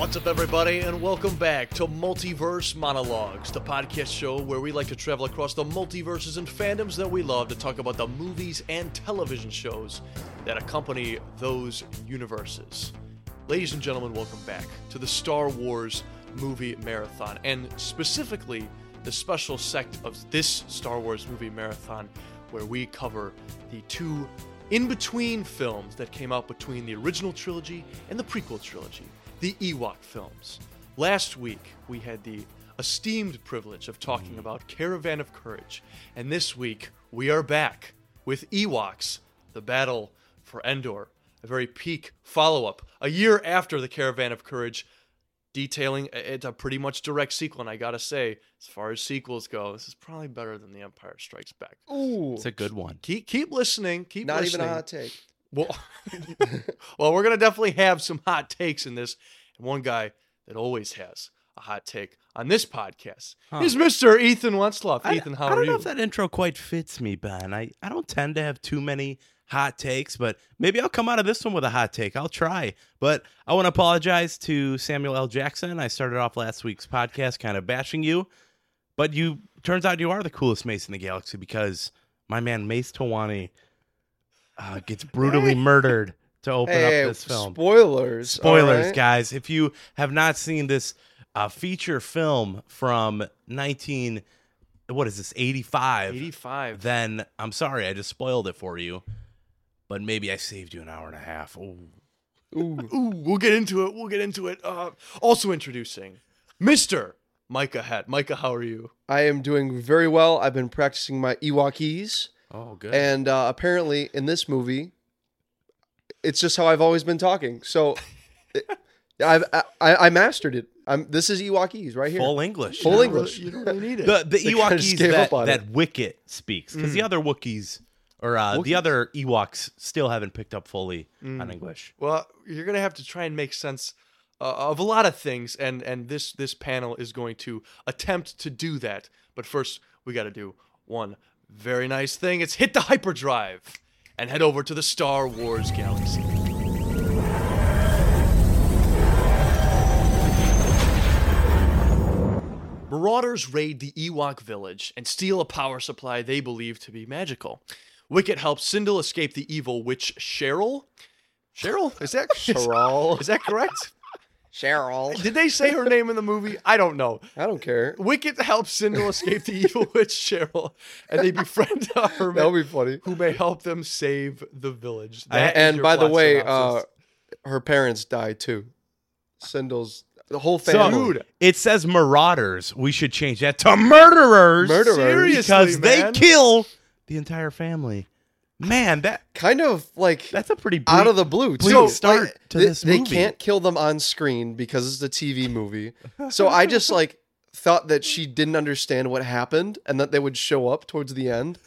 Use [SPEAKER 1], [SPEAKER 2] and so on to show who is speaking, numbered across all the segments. [SPEAKER 1] What's up, everybody, and welcome back to Multiverse Monologues, the podcast show where we like to travel across the multiverses and fandoms that we love to talk about the movies and television shows that accompany those universes. Ladies and gentlemen, welcome back to the Star Wars movie marathon, and specifically the special sect of this Star Wars movie marathon where we cover the two in between films that came out between the original trilogy and the prequel trilogy, the Ewok films. Last week, we had the esteemed privilege of talking
[SPEAKER 2] Mm.
[SPEAKER 1] about Caravan of Courage, and this week, we are back with Ewoks, the battle for Endor, a very peak follow up, a year after the Caravan of Courage, detailing it's a pretty much direct sequel. And I gotta say, as far as sequels go, this is probably better than The Empire Strikes Back.
[SPEAKER 2] Ooh.
[SPEAKER 3] It's a good one.
[SPEAKER 1] Keep keep listening. Keep
[SPEAKER 2] Not even
[SPEAKER 1] listening.
[SPEAKER 2] a hot take.
[SPEAKER 1] Well, well, we're gonna definitely have some hot takes in this, and one guy that always has a hot take on this podcast
[SPEAKER 3] Huh.
[SPEAKER 1] is Mr. Ethan Wentzloff.
[SPEAKER 3] I,
[SPEAKER 1] Ethan, how
[SPEAKER 3] I
[SPEAKER 1] are
[SPEAKER 3] don't
[SPEAKER 1] you?
[SPEAKER 3] know if that intro quite fits me, Ben. I, I don't tend to have too many hot takes, but maybe I'll come out of this one with a hot take. I'll try. But I want to apologize to Samuel L. Jackson. I started off last week's podcast kind of bashing you, but you turns out you are the coolest mace in the galaxy because my man Mace Tawani uh, gets brutally murdered to open
[SPEAKER 2] Hey,
[SPEAKER 3] up this film.
[SPEAKER 2] spoilers.
[SPEAKER 3] Spoilers,
[SPEAKER 2] alright?
[SPEAKER 3] guys. If you have not seen this uh, feature film from 19, what is this, 85,
[SPEAKER 1] 85.
[SPEAKER 3] then I'm sorry, I just spoiled it for you. But maybe I saved you an hour and a half. Ooh.
[SPEAKER 2] Ooh.
[SPEAKER 1] Ooh, we'll get into it. We'll get into it. Uh, also introducing Mr. Micah Hat. Micah, how are you?
[SPEAKER 2] I am doing very well. I've been practicing my Ewokese,
[SPEAKER 3] Oh, good.
[SPEAKER 2] and uh, apparently in this movie, it's just how I've always been talking. So, it, I've, I, I I mastered it. I'm. This is Ewokese right here.
[SPEAKER 3] Full English.
[SPEAKER 2] Full
[SPEAKER 1] You don't
[SPEAKER 2] English.
[SPEAKER 1] really- you don't really need it.
[SPEAKER 3] The, the
[SPEAKER 2] They kinda just
[SPEAKER 3] Ewokies
[SPEAKER 2] gave
[SPEAKER 3] that,
[SPEAKER 2] up on Mm.
[SPEAKER 3] that Wicket speaks. Because the other Wookiees, or uh, the
[SPEAKER 2] Wookiees? Mm.
[SPEAKER 3] other Ewoks, still haven't picked up fully on English.
[SPEAKER 1] Well, you're gonna have to try and make sense uh, of a lot of things, and and this this panel is going to attempt to do that. But first, we got to do one very nice thing. It's hit the hyperdrive and head over to the Star Wars galaxy. Marauders raid the Ewok village and steal a power supply they believe to be magical. Wicket helps Sindel escape the evil witch Cheryl. Cheryl? Is that Cheryl? Is that correct?
[SPEAKER 2] Cheryl.
[SPEAKER 1] Did they say her name in the movie? I don't know.
[SPEAKER 2] I don't care.
[SPEAKER 1] Wicket helps Sindel escape the evil witch Cheryl, and they befriend a
[SPEAKER 2] That
[SPEAKER 1] hermit
[SPEAKER 2] would be funny.
[SPEAKER 1] who may help them save the village.
[SPEAKER 3] I-
[SPEAKER 1] That is
[SPEAKER 2] And
[SPEAKER 1] your
[SPEAKER 2] by the
[SPEAKER 1] plot
[SPEAKER 2] way, uh,
[SPEAKER 1] synopsis.
[SPEAKER 2] her parents die too. Sindel's the whole
[SPEAKER 3] So,
[SPEAKER 2] family.
[SPEAKER 3] It says marauders. We should change that to murderers.
[SPEAKER 2] Murderers.
[SPEAKER 1] Seriously,
[SPEAKER 3] because
[SPEAKER 1] man.
[SPEAKER 3] they kill the entire family. Man, that
[SPEAKER 2] kind of like
[SPEAKER 3] that's a pretty bleak,
[SPEAKER 2] out of the blue too.
[SPEAKER 3] bleak start to
[SPEAKER 2] they,
[SPEAKER 3] this
[SPEAKER 2] they
[SPEAKER 3] movie.
[SPEAKER 2] can't kill them on screen because it's a TV movie. So I just like thought that she didn't understand what happened and that they would show up towards the end.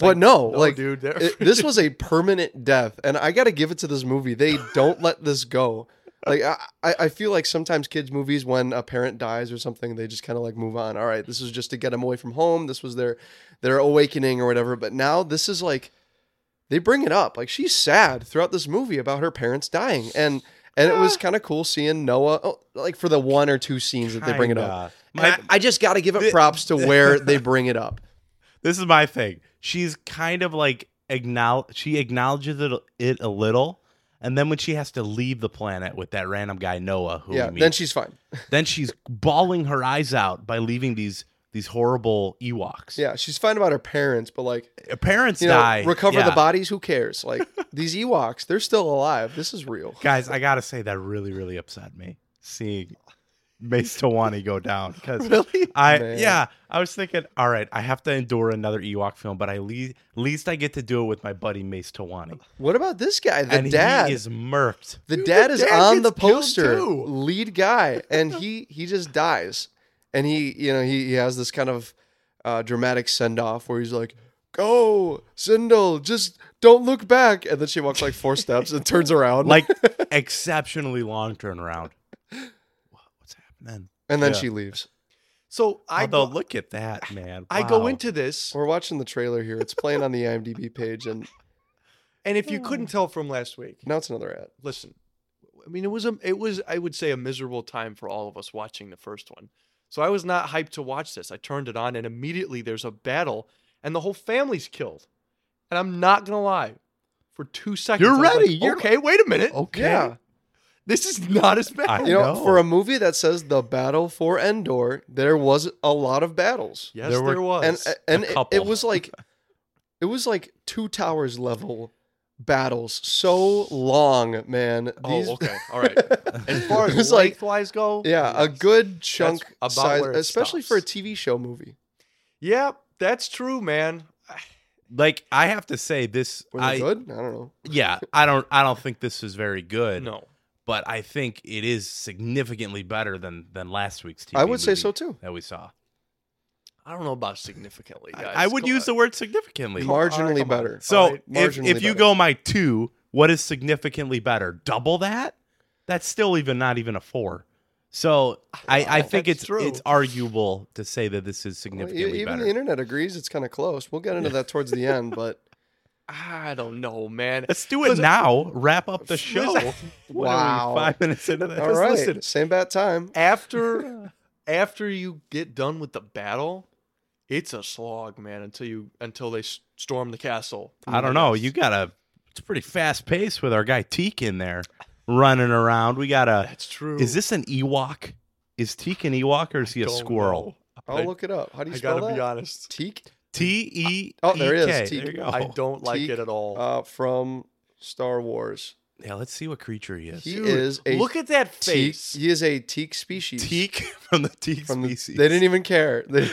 [SPEAKER 2] but no,
[SPEAKER 1] no,
[SPEAKER 2] like
[SPEAKER 1] dude, they're-
[SPEAKER 2] it- this was a permanent death, and I got to give it to this movie. They don't let this go. Like I, I I feel like sometimes kids' movies, when a parent dies or something, they just kind of like move on. All right, this was just to get them away from home. This was their their awakening or whatever. But now this is like they bring it up. Like she's sad throughout this movie about her parents dying, and and it
[SPEAKER 3] Ah.
[SPEAKER 2] was kind of cool seeing Noah oh, like for the one or two scenes that they bring it up.
[SPEAKER 3] Kinda.
[SPEAKER 2] And I, I just got to give it props to where they bring it up.
[SPEAKER 3] This is my thing. She's kind of like acknowledge. She acknowledges it, it a little, and then when she has to leave the planet with that random guy Noah, who
[SPEAKER 2] Yeah,
[SPEAKER 3] we meet,
[SPEAKER 2] then she's fine.
[SPEAKER 3] then she's bawling her eyes out by leaving these these horrible Ewoks.
[SPEAKER 2] Yeah, she's fine about her parents, but like
[SPEAKER 3] Her parents
[SPEAKER 2] you know,
[SPEAKER 3] die.
[SPEAKER 2] recover
[SPEAKER 3] Yeah.
[SPEAKER 2] the bodies. Who cares? Like these Ewoks, they're still alive. This is real.
[SPEAKER 3] Guys, I gotta say that really, really upset me seeing Mace Tawani go down because
[SPEAKER 1] really?
[SPEAKER 3] I
[SPEAKER 2] Man.
[SPEAKER 3] yeah I was thinking, all right, I have to endure another Ewok film, but I le- least I get to do it with my buddy Mace Tawani,
[SPEAKER 2] What about this guy? The
[SPEAKER 3] and
[SPEAKER 2] dad.
[SPEAKER 3] he is murked.
[SPEAKER 2] the
[SPEAKER 1] Dude,
[SPEAKER 2] dad
[SPEAKER 1] the
[SPEAKER 2] is
[SPEAKER 1] dad gets
[SPEAKER 2] on the
[SPEAKER 1] killed
[SPEAKER 2] poster,
[SPEAKER 1] too.
[SPEAKER 2] lead guy, and he he just dies. And he you know he, he has this kind of uh, dramatic send off where he's like, "Go, Sindel, just don't look back." And then she walks like four steps and turns around,
[SPEAKER 3] Like exceptionally long turnaround. Wha- What's happening?
[SPEAKER 2] and then
[SPEAKER 3] yeah.
[SPEAKER 2] she leaves.
[SPEAKER 1] So I
[SPEAKER 3] Although,
[SPEAKER 1] go,
[SPEAKER 3] look at that man.
[SPEAKER 1] I go
[SPEAKER 3] Wow.
[SPEAKER 1] into this
[SPEAKER 2] We're watching the trailer here. It's playing on the IMDb page, and Mm.
[SPEAKER 1] And if you couldn't tell from last week,
[SPEAKER 2] now it's another ad.
[SPEAKER 1] listen, I mean, it was a it was I would say a miserable time for all of us watching the first one. So I was not hyped to watch this. I turned it on and immediately there's a battle and the whole family's killed. And I'm not gonna lie, for two seconds
[SPEAKER 3] You're
[SPEAKER 1] I was like,
[SPEAKER 3] ready. You're-
[SPEAKER 1] okay, wait a minute.
[SPEAKER 3] Okay.
[SPEAKER 2] Yeah.
[SPEAKER 1] This is not as bad.
[SPEAKER 3] I-
[SPEAKER 2] You know,
[SPEAKER 3] No.
[SPEAKER 2] for a movie that says the battle for Endor, there was a lot of battles.
[SPEAKER 1] yes,
[SPEAKER 3] There
[SPEAKER 1] there,
[SPEAKER 3] were-
[SPEAKER 1] was.
[SPEAKER 2] and uh, and it,
[SPEAKER 3] couple.
[SPEAKER 2] it was like it was like two towers level battles so long man These-
[SPEAKER 1] oh, okay, all right. As far
[SPEAKER 2] It
[SPEAKER 1] as
[SPEAKER 2] was like-
[SPEAKER 1] lengthwise go,
[SPEAKER 2] yeah a
[SPEAKER 1] yes.
[SPEAKER 2] good chunk
[SPEAKER 1] about
[SPEAKER 2] size
[SPEAKER 1] where it
[SPEAKER 2] especially for a
[SPEAKER 1] stops.
[SPEAKER 2] tv show movie
[SPEAKER 1] Yeah, that's true, man.
[SPEAKER 3] Like I have to say this.
[SPEAKER 2] were they
[SPEAKER 3] I
[SPEAKER 2] good i don't know
[SPEAKER 3] yeah. I don't. I don't think this is very good.
[SPEAKER 1] No,
[SPEAKER 3] but I think it is significantly better than than last week's TV.
[SPEAKER 2] i would say
[SPEAKER 3] movie
[SPEAKER 2] so too
[SPEAKER 3] That we saw.
[SPEAKER 1] I don't know about significantly.
[SPEAKER 3] I-
[SPEAKER 1] Guys.
[SPEAKER 3] I, would
[SPEAKER 1] Come
[SPEAKER 3] use
[SPEAKER 1] on.
[SPEAKER 3] the word significantly.
[SPEAKER 2] Come Marginally
[SPEAKER 1] All come on.
[SPEAKER 2] better.
[SPEAKER 3] so
[SPEAKER 1] All right.
[SPEAKER 3] if,
[SPEAKER 2] marginally
[SPEAKER 3] if you
[SPEAKER 2] better.
[SPEAKER 3] go my two, what is significantly better? Double that? That's still even not even a four. So I, I
[SPEAKER 1] Wow.
[SPEAKER 3] think
[SPEAKER 1] That's
[SPEAKER 3] it's
[SPEAKER 1] true.
[SPEAKER 3] it's arguable to say that this is
[SPEAKER 2] Well, e-
[SPEAKER 3] significantly
[SPEAKER 2] even
[SPEAKER 3] better.
[SPEAKER 2] the internet agrees it's kind of close we'll get into that towards the end but
[SPEAKER 1] I don't know, man.
[SPEAKER 3] Let's do it now. Wrap up the show.
[SPEAKER 1] Listen-
[SPEAKER 3] What are we,
[SPEAKER 2] Wow.
[SPEAKER 3] five minutes into this.
[SPEAKER 2] all right
[SPEAKER 3] Listen,
[SPEAKER 2] same bat time
[SPEAKER 1] After after you get done with the battle, it's a slog, man. Until you until they s- storm the castle.
[SPEAKER 3] I don't know.
[SPEAKER 1] Yes.
[SPEAKER 3] You got a it's pretty fast paced with our guy Teak in there running around. We got a
[SPEAKER 1] That's true.
[SPEAKER 3] uh, Is this an Ewok? Is Teak an Ewok or is he a
[SPEAKER 1] Don't
[SPEAKER 3] squirrel?
[SPEAKER 1] know.
[SPEAKER 2] i'll look it up how do you
[SPEAKER 1] I
[SPEAKER 2] spell
[SPEAKER 1] gotta be
[SPEAKER 2] that
[SPEAKER 1] honest.
[SPEAKER 2] teak
[SPEAKER 3] T E.
[SPEAKER 2] Oh, there it
[SPEAKER 3] E
[SPEAKER 2] is,
[SPEAKER 3] K.
[SPEAKER 2] Teak.
[SPEAKER 3] There you go.
[SPEAKER 1] I don't like
[SPEAKER 2] Teak,
[SPEAKER 1] it at all.
[SPEAKER 2] uh, from star wars
[SPEAKER 3] Yeah, let's see what creature he is.
[SPEAKER 2] he is a
[SPEAKER 1] Look at that
[SPEAKER 2] teak
[SPEAKER 1] face.
[SPEAKER 2] he is a teak species
[SPEAKER 3] Teak from the Teak
[SPEAKER 2] from the,
[SPEAKER 3] species.
[SPEAKER 2] they didn't e- even care. They-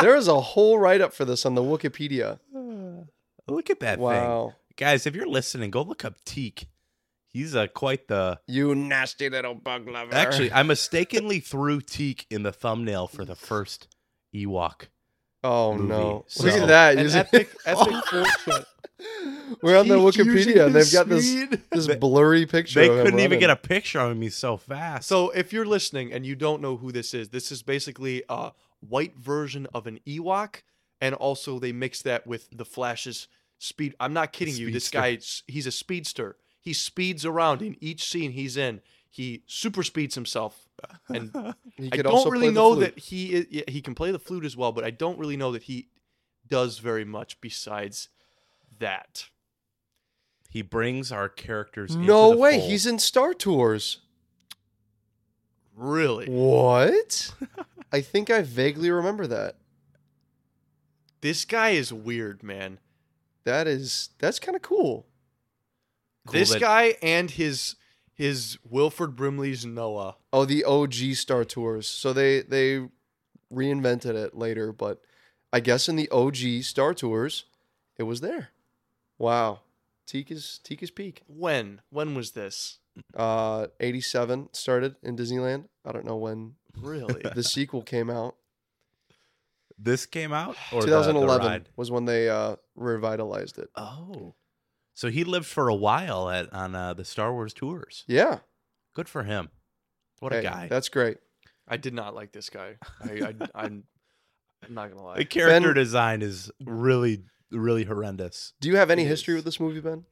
[SPEAKER 2] there is a whole write up for this on the Wikipedia.
[SPEAKER 3] even. look at that thing,
[SPEAKER 2] wow,
[SPEAKER 3] guys! If you're listening, go look up Teak. He's uh, quite the.
[SPEAKER 2] you nasty little bug lover.
[SPEAKER 3] Actually, I mistakenly threw Teak in the thumbnail for the first Ewok.
[SPEAKER 2] oh
[SPEAKER 3] movie.
[SPEAKER 2] no,
[SPEAKER 3] So-
[SPEAKER 2] look at that.
[SPEAKER 1] An
[SPEAKER 2] You see-
[SPEAKER 1] epic, epic bullshit.
[SPEAKER 2] We're on the
[SPEAKER 1] Teak using
[SPEAKER 2] Wikipedia and they've
[SPEAKER 1] his
[SPEAKER 2] got this
[SPEAKER 1] speed.
[SPEAKER 2] this blurry picture.
[SPEAKER 3] They
[SPEAKER 2] of him
[SPEAKER 3] couldn't even
[SPEAKER 2] running.
[SPEAKER 3] get a picture of me so fast.
[SPEAKER 1] So if you're listening and you don't know who this is, this is basically a white version of an Ewok, and also they mix that with the Flash's speed. I'm not kidding you. This
[SPEAKER 3] Speedster.
[SPEAKER 1] guy, he's a speedster. He speeds around in each scene he's in. He super speeds himself, and
[SPEAKER 2] He
[SPEAKER 1] I
[SPEAKER 2] could
[SPEAKER 1] don't
[SPEAKER 2] also play
[SPEAKER 1] really
[SPEAKER 2] the
[SPEAKER 1] know
[SPEAKER 2] flute.
[SPEAKER 1] that he i- yeah, he can play the flute as well, but I don't really know that he does very much besides that.
[SPEAKER 3] he brings our characters.
[SPEAKER 2] No
[SPEAKER 3] into the
[SPEAKER 2] way,
[SPEAKER 3] fold.
[SPEAKER 2] he's in Star Tours.
[SPEAKER 1] Really,
[SPEAKER 2] What? I think I vaguely remember that.
[SPEAKER 1] this guy is weird, man.
[SPEAKER 2] That is that's kind of cool.
[SPEAKER 3] Cool
[SPEAKER 1] this
[SPEAKER 3] that-
[SPEAKER 1] guy and his his Wilford Brimley's Noah.
[SPEAKER 2] Oh, the OG Star Tours. So they they reinvented it later, but I guess in the OG Star Tours, it was there. Wow. Teak is Teak is peak.
[SPEAKER 1] When when was this?
[SPEAKER 2] Uh, 87 started in Disneyland. I don't know when
[SPEAKER 1] Really?
[SPEAKER 2] the sequel came out.
[SPEAKER 3] This came out or the- the
[SPEAKER 2] 2011
[SPEAKER 3] ride?
[SPEAKER 2] was when they uh, revitalized it.
[SPEAKER 3] Oh, so he lived for a while at on uh, the Star Wars tours.
[SPEAKER 2] Yeah.
[SPEAKER 3] Good for him. What a
[SPEAKER 2] Hey,
[SPEAKER 3] guy!
[SPEAKER 2] That's great.
[SPEAKER 1] I did not like this guy. I, I I'm I'm not gonna
[SPEAKER 3] The
[SPEAKER 1] lie.
[SPEAKER 3] character
[SPEAKER 2] Ben-
[SPEAKER 3] design is really, really horrendous.
[SPEAKER 2] Do you have any
[SPEAKER 1] It
[SPEAKER 2] history
[SPEAKER 1] is.
[SPEAKER 2] with this movie, Ben?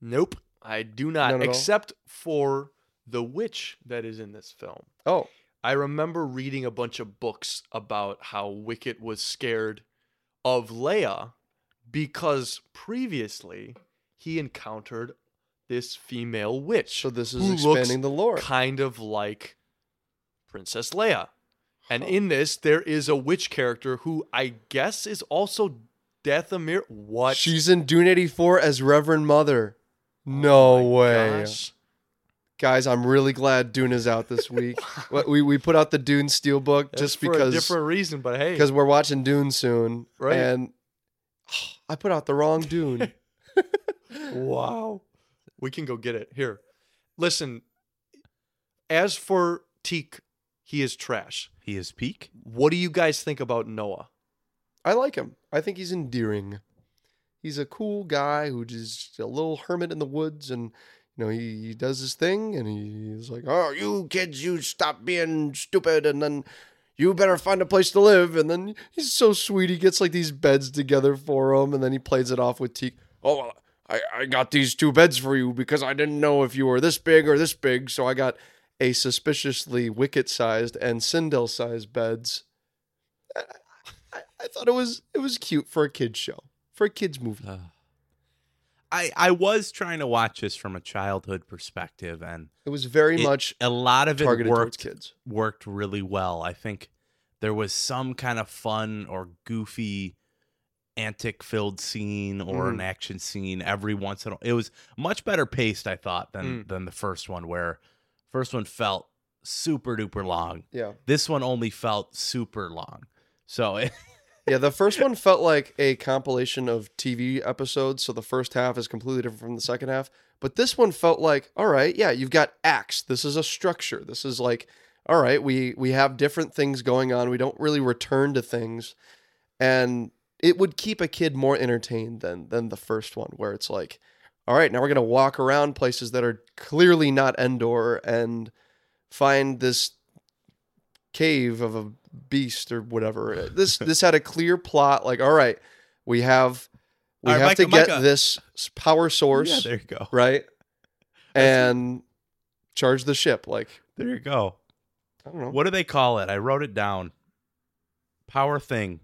[SPEAKER 1] Nope, I do not.
[SPEAKER 2] None at all?
[SPEAKER 1] Except for the witch that is in this film.
[SPEAKER 2] Oh,
[SPEAKER 1] I remember reading a bunch of books about how Wicket was scared of Leia because previously he encountered this female witch.
[SPEAKER 2] so this is
[SPEAKER 1] Who looks
[SPEAKER 2] expanding the lore.
[SPEAKER 1] kind of like Princess Leia. And
[SPEAKER 2] Huh.
[SPEAKER 1] in this, there is a witch character who I guess is also Deathamir. What?
[SPEAKER 2] She's in Dune 84 as Reverend Mother.
[SPEAKER 1] Oh
[SPEAKER 2] No
[SPEAKER 1] my
[SPEAKER 2] way.
[SPEAKER 1] gosh.
[SPEAKER 2] guys i'm really glad dune is out this week What- we, we put out the dune steelbook
[SPEAKER 1] That's
[SPEAKER 2] just
[SPEAKER 1] for a
[SPEAKER 2] because
[SPEAKER 1] different reason, but hey,
[SPEAKER 2] because we're watching dune soon
[SPEAKER 1] Right.
[SPEAKER 2] and i put out the wrong dune
[SPEAKER 1] wow, we can go get it here. Listen, as for Teak, he is trash.
[SPEAKER 3] He is peak.
[SPEAKER 1] What do you guys think about Noah?
[SPEAKER 2] i like him i think he's endearing he's a cool guy who just a little hermit in the woods and you know he, he does his thing and he- he's like oh you kids you stop being stupid and then you better find a place to live and then he's so sweet he gets like these beds together for him and then he plays it off with teak oh well, I, I got these two beds for you because I didn't know if you were this big or this big. So I got a suspiciously wicket sized and Sindel sized beds. I, I, I thought it was it was cute for a kid's show, for a kid's movie.
[SPEAKER 3] Uh, I I was trying to watch this from a childhood perspective, and
[SPEAKER 2] It was very
[SPEAKER 3] it-
[SPEAKER 2] much
[SPEAKER 3] a lot of it
[SPEAKER 2] targeted towards
[SPEAKER 3] worked
[SPEAKER 2] kids.
[SPEAKER 3] worked really well. I think there was some kind of fun or goofy antic filled scene or
[SPEAKER 2] Mm.
[SPEAKER 3] an action scene every once in a It was much better paced, I thought,
[SPEAKER 2] Mm.
[SPEAKER 3] than than the first one where first one felt super duper long.
[SPEAKER 2] Yeah.
[SPEAKER 3] This one only felt super long. So it,
[SPEAKER 2] Yeah, the first one felt like a compilation of TV episodes, so the first half is completely different from the second half. But this one felt like, all right, yeah, you've got acts. This is a structure. This is like, all right, we we have different things going on. We don't really return to things, and it would keep a kid more entertained than than the first one, where it's like, all right, now we're gonna walk around places that are clearly not Endor and find this cave of a beast or whatever. This this had a clear plot. Like, all right, we have we
[SPEAKER 3] All right,
[SPEAKER 2] have to
[SPEAKER 3] Micah,
[SPEAKER 2] get
[SPEAKER 3] Micah.
[SPEAKER 2] this s- power source
[SPEAKER 3] yeah, there you go.
[SPEAKER 2] right,
[SPEAKER 3] That's
[SPEAKER 2] and charge the ship. Like,
[SPEAKER 3] There you go.
[SPEAKER 2] I don't know.
[SPEAKER 3] What do they call it? I wrote it down. Power thing.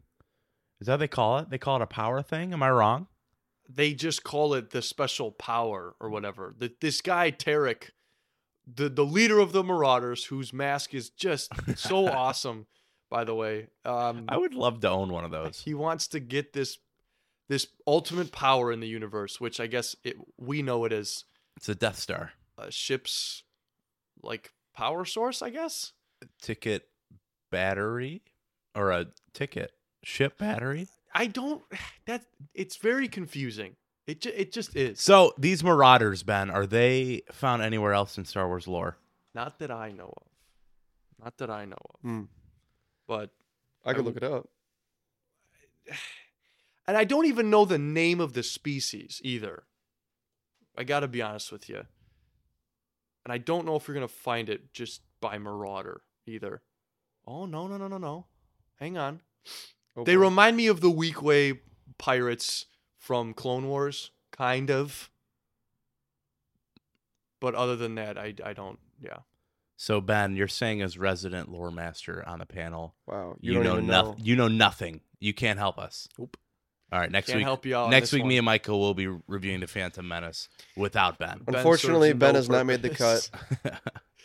[SPEAKER 3] Is that what they call it? They call it a power thing? Am I wrong?
[SPEAKER 1] they just call it the special power or whatever. The, this guy Tarek, the the leader of the Marauders, whose mask is just so awesome, by the way. Um,
[SPEAKER 3] I would love to own one of those.
[SPEAKER 1] he wants to get this this ultimate power in the universe, which I guess it, we know it as
[SPEAKER 3] It's a Death Star
[SPEAKER 1] a ship's like power source. I guess
[SPEAKER 3] ticket battery or a ticket ship battery.
[SPEAKER 1] I don't. That it's very confusing. It ju- it just is.
[SPEAKER 3] So these Marauders, Ben, are they found anywhere else in Star Wars lore?
[SPEAKER 1] Not that I know of. Not that I know of.
[SPEAKER 2] Hmm.
[SPEAKER 1] But
[SPEAKER 2] I
[SPEAKER 1] Um,
[SPEAKER 2] could look it up.
[SPEAKER 1] and I don't even know the name of the species either. I got to be honest with you. And I don't know if you're going to find it just by marauder either. Oh, no, no, no, no, no. Hang on.
[SPEAKER 2] Oh,
[SPEAKER 1] they
[SPEAKER 2] boy.
[SPEAKER 1] remind me of the weak way pirates from Clone Wars, kind of. But other than that, I, I don't, yeah.
[SPEAKER 3] So Ben, you're saying as resident lore master on the panel,
[SPEAKER 2] Wow, you,
[SPEAKER 3] you,
[SPEAKER 2] don't
[SPEAKER 3] know
[SPEAKER 2] even
[SPEAKER 3] nothing. You know nothing. You can't help us.
[SPEAKER 1] Nope.
[SPEAKER 3] All right, next
[SPEAKER 1] Can't
[SPEAKER 3] week.
[SPEAKER 1] help you out. on
[SPEAKER 3] Next
[SPEAKER 1] this
[SPEAKER 3] week,
[SPEAKER 1] one.
[SPEAKER 3] me and Michael will be reviewing the Phantom Menace without Ben.
[SPEAKER 1] Ben serves
[SPEAKER 2] Unfortunately, Ben
[SPEAKER 1] no
[SPEAKER 2] has not made the
[SPEAKER 1] purpose.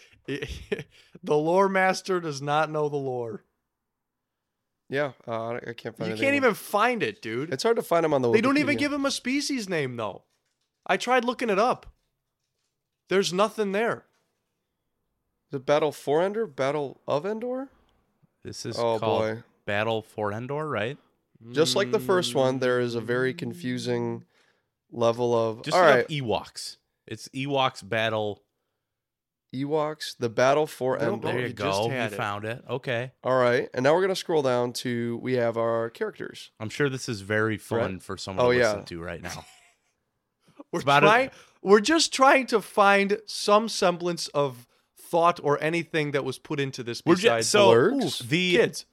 [SPEAKER 1] the lore master does not know the lore.
[SPEAKER 2] Yeah, uh, I- I can't find.
[SPEAKER 1] You
[SPEAKER 2] anything
[SPEAKER 1] can't
[SPEAKER 2] on-
[SPEAKER 1] even find it, dude.
[SPEAKER 2] It's hard to find them on the.
[SPEAKER 1] they don't even
[SPEAKER 2] Wikipedia.
[SPEAKER 1] give him a species name though. I tried looking it up. There's nothing there.
[SPEAKER 2] Is it Battle for Endor, Battle of Endor.
[SPEAKER 3] this is
[SPEAKER 2] Oh
[SPEAKER 3] called
[SPEAKER 2] boy.
[SPEAKER 3] Battle for Endor, right?
[SPEAKER 2] Just like the first
[SPEAKER 1] Mm.
[SPEAKER 2] one, there is a very confusing level of
[SPEAKER 3] Just
[SPEAKER 2] all
[SPEAKER 3] look
[SPEAKER 2] right
[SPEAKER 3] up Ewoks. It's Ewoks Battle.
[SPEAKER 2] Ewoks, the battle for
[SPEAKER 1] Nope.
[SPEAKER 2] Endor.
[SPEAKER 1] Oh,
[SPEAKER 3] There
[SPEAKER 1] you
[SPEAKER 3] you
[SPEAKER 1] just
[SPEAKER 3] go. You
[SPEAKER 1] had it.
[SPEAKER 3] found it. Okay.
[SPEAKER 2] All right, and now we're gonna scroll down to we have our characters.
[SPEAKER 3] I'm sure this is very fun for someone
[SPEAKER 2] Oh,
[SPEAKER 3] to listen
[SPEAKER 2] yeah.
[SPEAKER 3] to right now.
[SPEAKER 1] We're
[SPEAKER 3] about it.
[SPEAKER 1] trying. We're just trying to find some semblance of thought or anything that was put into this.
[SPEAKER 3] We're ju-
[SPEAKER 1] Besides
[SPEAKER 3] so
[SPEAKER 2] Blurgs?
[SPEAKER 1] Ooh,
[SPEAKER 3] the-
[SPEAKER 1] kids.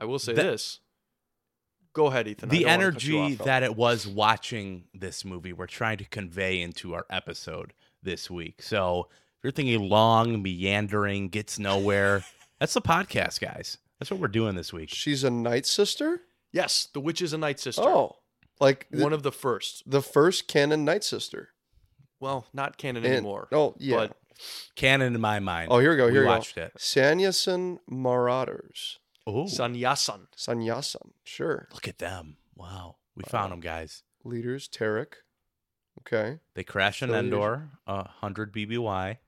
[SPEAKER 1] I will say
[SPEAKER 3] the-
[SPEAKER 1] this. Go ahead, Ethan. I
[SPEAKER 3] the
[SPEAKER 1] don't wanna cut you
[SPEAKER 3] energy
[SPEAKER 1] off.
[SPEAKER 3] that it was watching this movie, we're trying to convey into our episode this week. So if you're thinking long, meandering, gets nowhere, that's the podcast, guys. That's what we're doing this week.
[SPEAKER 2] She's a Night Sister.
[SPEAKER 1] Yes, the witch is a night sister.
[SPEAKER 2] Oh, like th-
[SPEAKER 1] one of the first.
[SPEAKER 2] the first canon Night Sister.
[SPEAKER 1] Well, not canon
[SPEAKER 2] And-
[SPEAKER 1] anymore.
[SPEAKER 2] Oh yeah.
[SPEAKER 1] But
[SPEAKER 3] Canon in my mind.
[SPEAKER 2] oh here we go.
[SPEAKER 3] we
[SPEAKER 2] Here we, go.
[SPEAKER 3] watched it.
[SPEAKER 2] Sanyasin Marauders.
[SPEAKER 3] Oh,
[SPEAKER 1] Sanyasan.
[SPEAKER 2] Sanyasan. Sure.
[SPEAKER 3] look at them. Wow. We
[SPEAKER 1] Uh,
[SPEAKER 3] found them, guys.
[SPEAKER 2] Leaders Tarek. Okay.
[SPEAKER 3] They crash in
[SPEAKER 2] So you-
[SPEAKER 3] Endor, uh, 100 BBY.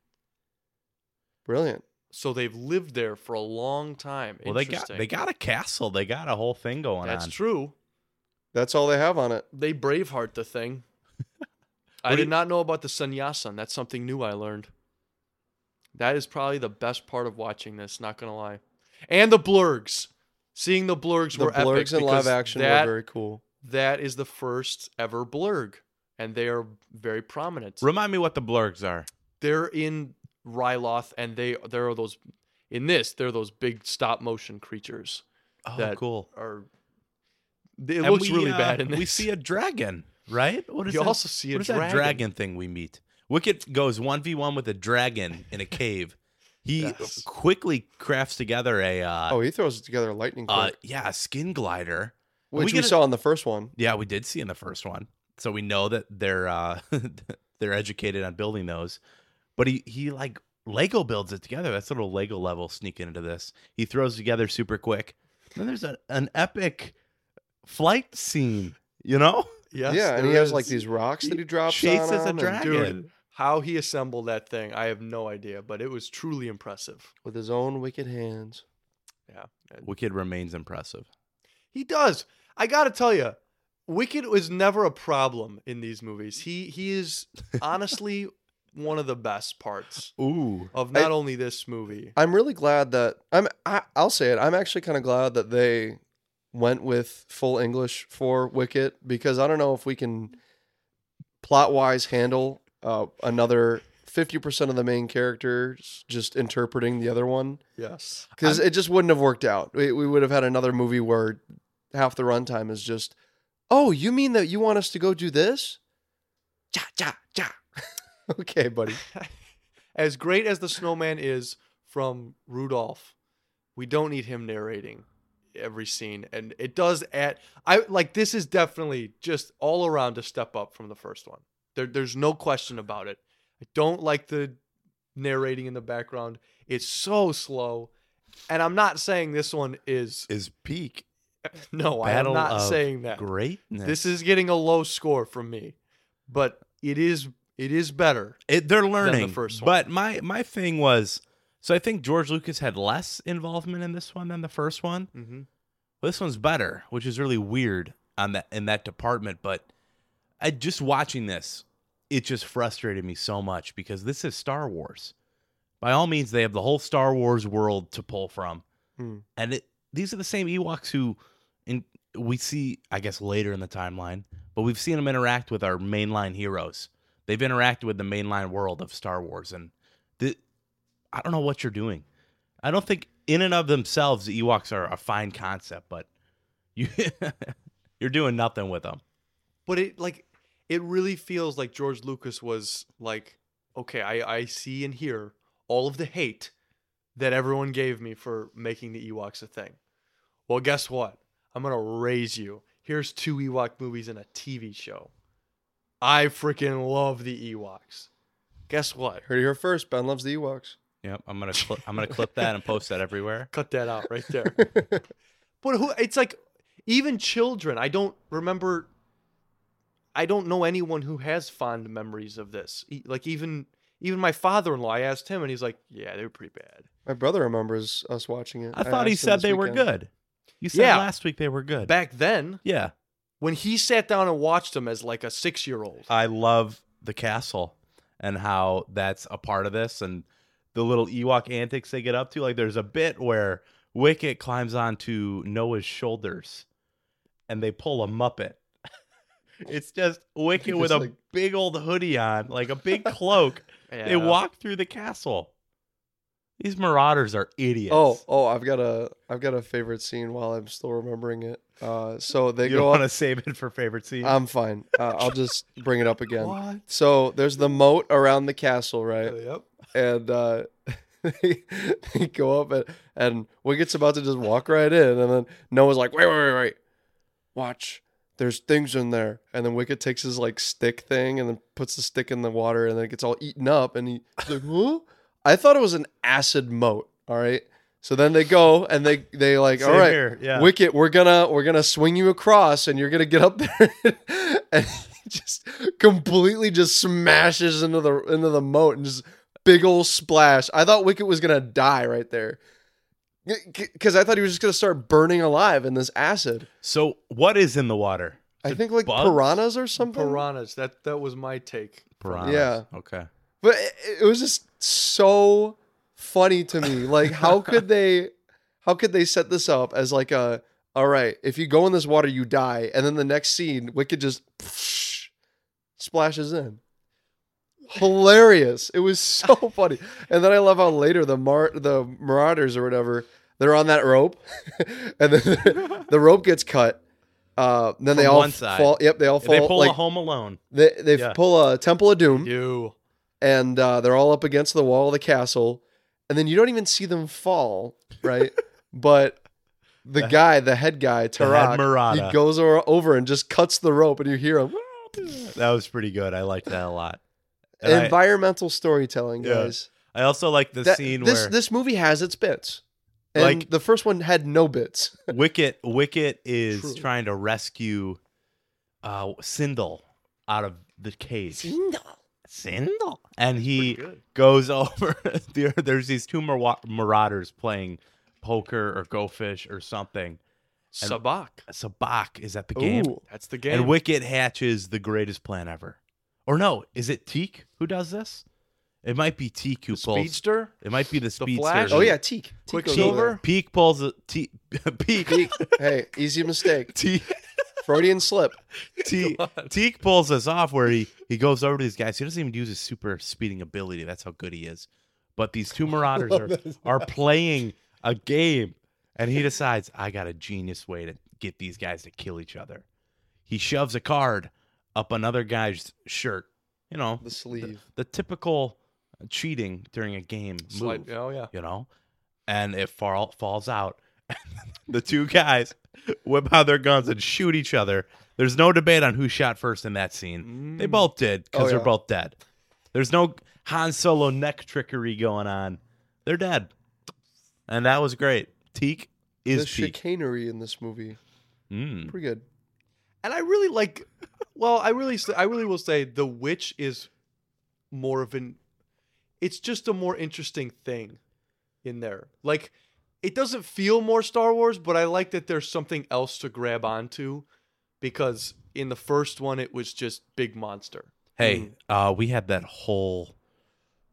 [SPEAKER 2] Brilliant.
[SPEAKER 1] So they've lived there for a long time.
[SPEAKER 3] Well, they got
[SPEAKER 1] Interesting.
[SPEAKER 3] they got a castle. They got a whole thing going
[SPEAKER 1] That's
[SPEAKER 3] on.
[SPEAKER 1] true.
[SPEAKER 2] That's all they have on it.
[SPEAKER 1] They braveheart the thing. I
[SPEAKER 3] What do
[SPEAKER 1] did
[SPEAKER 3] you-
[SPEAKER 1] not know about the sannyasan. That's something new I learned. That is probably the best part of watching this. Not gonna lie, and the blurgs. Seeing the blurgs
[SPEAKER 2] The
[SPEAKER 1] were epic
[SPEAKER 2] blurgs in
[SPEAKER 1] because
[SPEAKER 2] live action
[SPEAKER 1] That,
[SPEAKER 2] were very cool.
[SPEAKER 1] that is the first ever blurg, and they are very prominent.
[SPEAKER 3] Remind me what the blurgs are.
[SPEAKER 1] they're in Ryloth, and they there are those in this. There are those big stop motion creatures
[SPEAKER 3] Oh,
[SPEAKER 1] That-
[SPEAKER 3] cool.
[SPEAKER 1] are. It
[SPEAKER 3] And
[SPEAKER 1] looks
[SPEAKER 3] we,
[SPEAKER 1] really
[SPEAKER 3] uh,
[SPEAKER 1] bad in this.
[SPEAKER 3] We see a dragon, right? What is
[SPEAKER 1] you
[SPEAKER 3] that?
[SPEAKER 1] also see a
[SPEAKER 3] what is
[SPEAKER 1] dragon.
[SPEAKER 3] that dragon thing we meet? Wicket goes one v one with a dragon in a cave. He
[SPEAKER 1] Yes.
[SPEAKER 3] quickly crafts together a uh,
[SPEAKER 2] Oh, he throws together a lightning quick,
[SPEAKER 3] uh yeah a skin glider.
[SPEAKER 2] which we,
[SPEAKER 3] we get a-
[SPEAKER 2] saw in the first one.
[SPEAKER 3] Yeah, we did see in the first one, so we know that they're uh, they're educated on building those. But he he like Lego builds it together. That's a little Lego level sneaking into this. He throws together super quick. Then there's a, an epic flight scene. You know,
[SPEAKER 1] Yes,
[SPEAKER 2] yeah, and
[SPEAKER 1] there
[SPEAKER 2] he has
[SPEAKER 1] is.
[SPEAKER 2] like these rocks that he drops on
[SPEAKER 3] chases a
[SPEAKER 2] him, and-
[SPEAKER 3] dragon.
[SPEAKER 1] Dude, how he assembled that thing, I have no idea, but it was truly impressive.
[SPEAKER 2] with his own wicked hands.
[SPEAKER 1] Yeah. And
[SPEAKER 3] Wicked remains impressive.
[SPEAKER 1] He does. I got to tell you, Wicked was never a problem in these movies. He he is honestly one of the best parts
[SPEAKER 3] Ooh,
[SPEAKER 1] of
[SPEAKER 2] I-
[SPEAKER 1] not only this movie.
[SPEAKER 2] I'm really glad that I'm. I, I'll say it. I'm actually kind of glad that they went with full English for Wicket because I don't know if we can plot wise handle uh, another fifty percent of the main characters just interpreting the other one
[SPEAKER 1] Yes.
[SPEAKER 2] because it just wouldn't have worked out. We, we would have had another movie where half the runtime is just, oh, you mean that you want us to go do this? Ja ja ja. okay, buddy.
[SPEAKER 1] As great as the snowman is from Rudolph, we don't need him narrating every scene and it does add I like this is definitely just all around a step up from the first one. There there's no question about it. I don't like the narrating in the background. It's so slow. And I'm not saying this one is
[SPEAKER 3] is peak
[SPEAKER 1] no,
[SPEAKER 3] Battle
[SPEAKER 1] I am not
[SPEAKER 3] of
[SPEAKER 1] saying that.
[SPEAKER 3] greatness.
[SPEAKER 1] This is getting a low score from me. But it is it is better.
[SPEAKER 3] It, they're learning.
[SPEAKER 1] first one.
[SPEAKER 3] But my my thing was so I think George Lucas had less involvement in this one than the first one.
[SPEAKER 1] Mm-hmm.
[SPEAKER 3] This one's better, which is really weird on that in that department. But I just watching this, it just frustrated me so much because this is Star Wars. By all means, they have the whole Star Wars world to pull from,
[SPEAKER 2] Hmm.
[SPEAKER 3] and it, these are the same Ewoks who, in we see I guess later in the timeline, but we've seen them interact with our mainline heroes. They've interacted with the mainline world of Star Wars, and the, I don't know what you're doing. I don't think in and of themselves the Ewoks are a fine concept, but you you're doing nothing with them.
[SPEAKER 1] but it like it really feels like George Lucas was like, okay, I, I see and hear all of the hate that everyone gave me for making the Ewoks a thing. Well, guess what? I'm gonna raise you. Here's two Ewok movies and a TV show. I freaking love the Ewoks. Guess what?
[SPEAKER 2] Heard it here first. Ben loves the Ewoks.
[SPEAKER 3] Yep, I'm gonna cl- I'm gonna clip that and post that everywhere.
[SPEAKER 1] Cut that out right there. But who? It's like even children. I don't remember. I don't know anyone who has fond memories of this. E- Like even even my father-in-law. I asked him, and he's like, "Yeah, they were pretty bad."
[SPEAKER 2] My brother remembers us watching it.
[SPEAKER 3] I thought he
[SPEAKER 2] asked him
[SPEAKER 3] said
[SPEAKER 2] Uh, this
[SPEAKER 3] they were
[SPEAKER 2] weekend.
[SPEAKER 3] good. You said
[SPEAKER 1] Yeah.
[SPEAKER 3] last week they were good.
[SPEAKER 1] Back then,
[SPEAKER 3] yeah,
[SPEAKER 1] when he sat down and watched them as like a six-year-old,
[SPEAKER 3] I love the castle and how that's a part of this and the little Ewok antics they get up to. Like there's a bit where Wicket climbs onto Noah's shoulders and they pull a Muppet. It's just Wicket
[SPEAKER 2] Just
[SPEAKER 3] with
[SPEAKER 2] like-
[SPEAKER 3] a big old hoodie on, like a big cloak. They walk through the castle. These marauders are idiots.
[SPEAKER 2] Oh, oh, I've got a, I've got a favorite scene while I'm still remembering it. Uh, so they
[SPEAKER 3] you don't
[SPEAKER 2] go.
[SPEAKER 3] want
[SPEAKER 2] Up,
[SPEAKER 3] to save it for favorite scene.
[SPEAKER 2] I'm fine. Uh, I'll just bring it up again.
[SPEAKER 1] What?
[SPEAKER 2] So there's the moat around the castle, right?
[SPEAKER 1] Yep.
[SPEAKER 2] And uh, they, they go up, and, and Wicket's about to just walk right in, and then Noah's like, "Wait, wait, wait, wait, watch! There's things in there." And then Wicket takes his like stick thing, and then puts the stick in the water, and then it gets all eaten up, and he- he's like, "Huh?" I thought it was an acid moat. All right. So then they go, and they they like,
[SPEAKER 3] Same
[SPEAKER 2] "All right,
[SPEAKER 3] here, Yeah.
[SPEAKER 2] Wicket, we're gonna we're gonna swing you across, and you're gonna get up there, and he just completely just smashes into the into the moat and just big old splash. I thought Wicket was gonna die right there, because I thought he was just gonna start burning alive in this acid.
[SPEAKER 3] so what is in the water?
[SPEAKER 2] I think like
[SPEAKER 3] bugs?
[SPEAKER 2] piranhas or something.
[SPEAKER 1] Piranhas. That that was my take.
[SPEAKER 3] Piranhas.
[SPEAKER 2] Yeah.
[SPEAKER 3] Okay.
[SPEAKER 2] But it, it was just so funny to me. Like, how could they, how could they set this up as like a, all right, if you go in this water, you die, and then the next scene, Wicked just splashes in. Hilarious! It was so funny. And then I love how later the mar the marauders or whatever they're on that rope, and then the rope gets cut, Uh, then they
[SPEAKER 3] From
[SPEAKER 2] all
[SPEAKER 3] one
[SPEAKER 2] f-
[SPEAKER 3] side.
[SPEAKER 2] fall. Yep, they all fall.
[SPEAKER 3] they pull
[SPEAKER 2] like
[SPEAKER 3] a Home Alone.
[SPEAKER 2] they they
[SPEAKER 3] yeah.
[SPEAKER 2] pull a Temple of
[SPEAKER 3] Hmm?
[SPEAKER 2] Doom,
[SPEAKER 1] You.
[SPEAKER 2] and uh, they're all up against the wall of the castle, and then you don't even see them fall, right? but the
[SPEAKER 3] The-
[SPEAKER 2] guy, the head guy,
[SPEAKER 3] head
[SPEAKER 2] Tarak,
[SPEAKER 3] Murata.
[SPEAKER 2] he goes o- over and just cuts the rope, and you hear him.
[SPEAKER 3] That was pretty good. I liked that a lot. And I-
[SPEAKER 2] Environmental storytelling,
[SPEAKER 3] Yeah.
[SPEAKER 2] guys.
[SPEAKER 3] I, also like the
[SPEAKER 2] That-
[SPEAKER 3] scene
[SPEAKER 2] this
[SPEAKER 3] where
[SPEAKER 2] this movie has its bits. And
[SPEAKER 3] Like-
[SPEAKER 2] the first one had no bits.
[SPEAKER 3] Wicket Wicket is
[SPEAKER 2] True.
[SPEAKER 3] trying to rescue uh Sindel out of the cage. Sindel. And he
[SPEAKER 1] Pretty good.
[SPEAKER 3] goes over there there's these two mara- marauders playing poker or go fish or something.
[SPEAKER 1] Sabak.
[SPEAKER 3] Sabak is at the game.
[SPEAKER 2] Ooh.
[SPEAKER 1] That's the game.
[SPEAKER 3] And Wicket hatches the greatest plan ever. Or no, is it Teak who does this? It might be Teak who
[SPEAKER 1] The
[SPEAKER 3] pulls.
[SPEAKER 1] speedster.
[SPEAKER 3] It might be the speedster.
[SPEAKER 1] Flash?
[SPEAKER 2] Oh yeah, Teak. Teak
[SPEAKER 1] Quick
[SPEAKER 2] goes
[SPEAKER 1] Silver?
[SPEAKER 2] over
[SPEAKER 3] Peak pulls a T. Peak.
[SPEAKER 2] there. Teak. hey, easy mistake.
[SPEAKER 3] Teak.
[SPEAKER 2] Freudian slip.
[SPEAKER 3] Teak.
[SPEAKER 1] Come on.
[SPEAKER 3] Teak pulls us off where he he goes over to these guys. He doesn't even use his super speeding ability. That's how good he is. But these two marauders are are playing a game, and he decides I got a genius way to get these guys to kill each other. He shoves a card up another guy's shirt. You know
[SPEAKER 2] the sleeve.
[SPEAKER 3] the typical cheating during a game move
[SPEAKER 1] Slide- Oh yeah.
[SPEAKER 3] you know, and it fall, falls out. the two guys whip out their guns and shoot each other. There's no debate on who shot first in that scene. They
[SPEAKER 1] Mm.
[SPEAKER 3] both did because
[SPEAKER 2] Oh,
[SPEAKER 3] they're
[SPEAKER 2] yeah.
[SPEAKER 3] both dead. There's no Han Solo neck trickery going on. They're dead, and that was great. Teak
[SPEAKER 2] The
[SPEAKER 3] is Teak.
[SPEAKER 2] chicanery in this movie.
[SPEAKER 3] Mm.
[SPEAKER 2] Pretty good.
[SPEAKER 1] And I really like. Well, I really, s- I really will say the witch is more of an. It's just a more interesting thing, in there. Like, it doesn't feel more Star Wars, but I like that there's something else to grab onto, because in the first one it was just big monster.
[SPEAKER 3] Hey,
[SPEAKER 2] Mm.
[SPEAKER 3] uh, we had that whole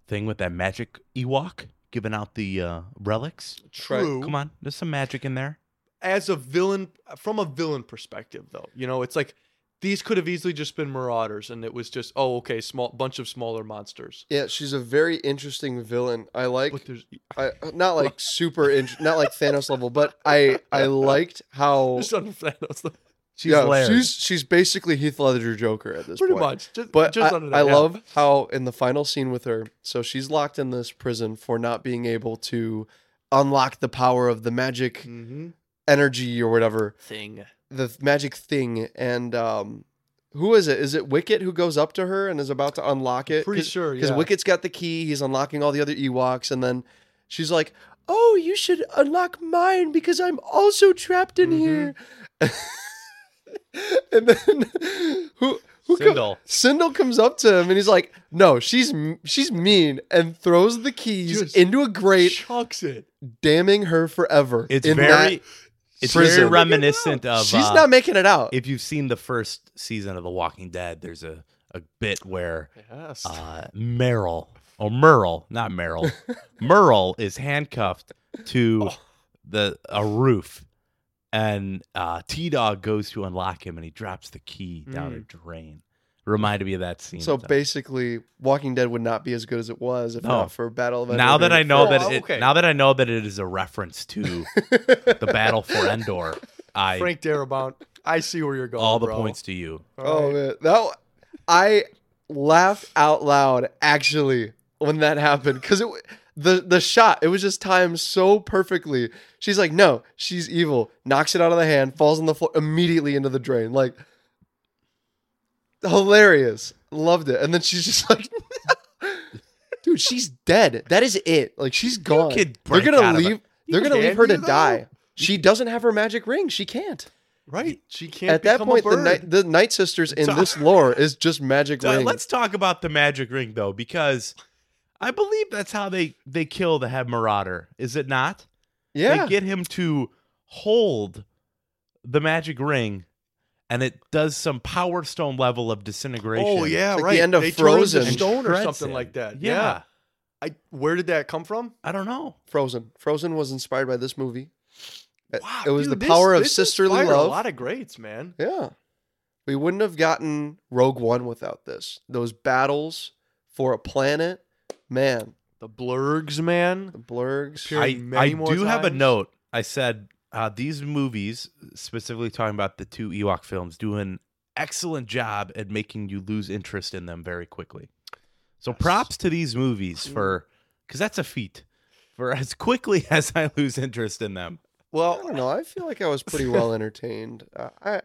[SPEAKER 3] thing with that magic Ewok giving out the uh, relics.
[SPEAKER 2] Right.
[SPEAKER 1] True.
[SPEAKER 3] Come on, there's some magic in there.
[SPEAKER 1] as a villain from a villain perspective though you know it's like these could have easily just been marauders and it was just oh okay small bunch of smaller monsters
[SPEAKER 2] Yeah, she's a very interesting villain. I like
[SPEAKER 1] but there's
[SPEAKER 2] I, not like super in, not like Thanos level, but I I liked how
[SPEAKER 1] just under Thanos, though.
[SPEAKER 3] She's
[SPEAKER 2] yeah,
[SPEAKER 3] Laird.
[SPEAKER 2] she's she's basically Heath Ledger Joker at this
[SPEAKER 1] pretty
[SPEAKER 2] point.
[SPEAKER 1] much just,
[SPEAKER 2] But
[SPEAKER 1] just
[SPEAKER 2] I,
[SPEAKER 1] under that,
[SPEAKER 2] I
[SPEAKER 1] yeah.
[SPEAKER 2] love how in the final scene with her, so she's locked in this prison for not being able to unlock the power of the magic
[SPEAKER 1] Mhm.
[SPEAKER 2] energy or whatever,
[SPEAKER 1] thing
[SPEAKER 2] the th- magic thing. And um, who is it? Is it Wicket who goes up to her and is about to unlock it?
[SPEAKER 1] pretty
[SPEAKER 2] Cause,
[SPEAKER 1] sure
[SPEAKER 2] Because
[SPEAKER 1] yeah
[SPEAKER 2] Wicket's got the key. He's unlocking all the other Ewoks, and then she's like. Oh, you should unlock mine because I'm also trapped in
[SPEAKER 3] Mm-hmm.
[SPEAKER 1] Mhm.
[SPEAKER 2] here. and then who who co-
[SPEAKER 3] Sindel.
[SPEAKER 2] Sindel comes up to him and he's like, "No, she's she's mean," and throws the keys
[SPEAKER 1] Just
[SPEAKER 2] into a grate,
[SPEAKER 1] chucks it
[SPEAKER 2] damning her forever.
[SPEAKER 3] It's
[SPEAKER 2] in
[SPEAKER 3] very
[SPEAKER 2] that-
[SPEAKER 3] it's very
[SPEAKER 2] prison.
[SPEAKER 3] reminiscent of
[SPEAKER 2] she's
[SPEAKER 3] uh,
[SPEAKER 2] not making it out.
[SPEAKER 3] if you've seen the first season of The Walking Dead, there's a, a bit where
[SPEAKER 1] yes
[SPEAKER 3] uh, Meryl or Merle, not Meryl, Merle is handcuffed
[SPEAKER 2] Oh.
[SPEAKER 3] to the a roof, and uh, T Dog goes to unlock him, and he drops the key down a drain. Reminded me of that scene.
[SPEAKER 2] Mm. so basically, Walking Dead would not be as good as it was if
[SPEAKER 3] No.
[SPEAKER 2] not for Battle of.
[SPEAKER 3] now that I know
[SPEAKER 1] Oh,
[SPEAKER 3] that it,
[SPEAKER 1] okay.
[SPEAKER 3] now that I know that it is a reference to the battle for Endor, I
[SPEAKER 1] Frank Darabont I see where you're going
[SPEAKER 3] all the
[SPEAKER 1] bro.
[SPEAKER 3] points to you.
[SPEAKER 1] All
[SPEAKER 2] oh
[SPEAKER 1] right.
[SPEAKER 2] man, that I laughed out loud actually when that happened because it w- the the shot it was just timed so perfectly. She's like, "No, she's evil." Knocks it out of the hand, falls on the floor immediately into the drain. Like hilarious, loved it. And then she's just like. Dude, she's dead. That is it. Like she's gone.
[SPEAKER 3] could
[SPEAKER 2] They're
[SPEAKER 3] break out
[SPEAKER 2] gonna
[SPEAKER 3] of it.
[SPEAKER 2] leave. They're gonna
[SPEAKER 1] can,
[SPEAKER 2] leave her to
[SPEAKER 1] you, though.
[SPEAKER 2] die. She doesn't have her magic ring. She can't
[SPEAKER 1] right she can't
[SPEAKER 2] at that
[SPEAKER 1] become
[SPEAKER 2] point,
[SPEAKER 1] a
[SPEAKER 2] the
[SPEAKER 1] bird.
[SPEAKER 2] night the Night Sisters in
[SPEAKER 3] It's
[SPEAKER 2] this lore is just magic
[SPEAKER 3] Uh,
[SPEAKER 2] ring.
[SPEAKER 3] let's talk about the magic ring though, because I believe that's how they they kill the head marauder. Is it not?
[SPEAKER 2] yeah,
[SPEAKER 3] They get him to hold the magic ring, and it does some power stone level of disintegration.
[SPEAKER 1] oh yeah
[SPEAKER 2] It's like
[SPEAKER 1] right
[SPEAKER 2] the end of
[SPEAKER 1] they turn into
[SPEAKER 2] Frozen.
[SPEAKER 1] stone or
[SPEAKER 3] Shreds
[SPEAKER 1] something
[SPEAKER 3] it.
[SPEAKER 1] like that
[SPEAKER 3] Yeah.
[SPEAKER 1] yeah I where did that come from
[SPEAKER 3] I don't know.
[SPEAKER 2] Frozen. Frozen was inspired by this movie. It-
[SPEAKER 1] Wow,
[SPEAKER 2] it was
[SPEAKER 1] dude,
[SPEAKER 2] the
[SPEAKER 1] this-
[SPEAKER 2] power of
[SPEAKER 1] this
[SPEAKER 2] sisterly
[SPEAKER 1] inspired
[SPEAKER 2] love.
[SPEAKER 1] A lot of greats, man.
[SPEAKER 2] yeah, we wouldn't have gotten Rogue One without this. Those battles for a planet, man,
[SPEAKER 1] The Blurgs, man.
[SPEAKER 2] the Blurgs.
[SPEAKER 1] Pure- Appeared
[SPEAKER 3] I,
[SPEAKER 1] many
[SPEAKER 3] I
[SPEAKER 1] more
[SPEAKER 3] do have a
[SPEAKER 1] times.
[SPEAKER 3] note. I said uh, these movies, specifically talking about the two Ewok films, do an excellent job at making you lose interest in them very quickly. So
[SPEAKER 1] Yes.
[SPEAKER 3] props to these movies for, because that's a feat, for as quickly as I lose interest in them.
[SPEAKER 2] Well, I don't know. I feel like I was pretty well entertained. Uh, I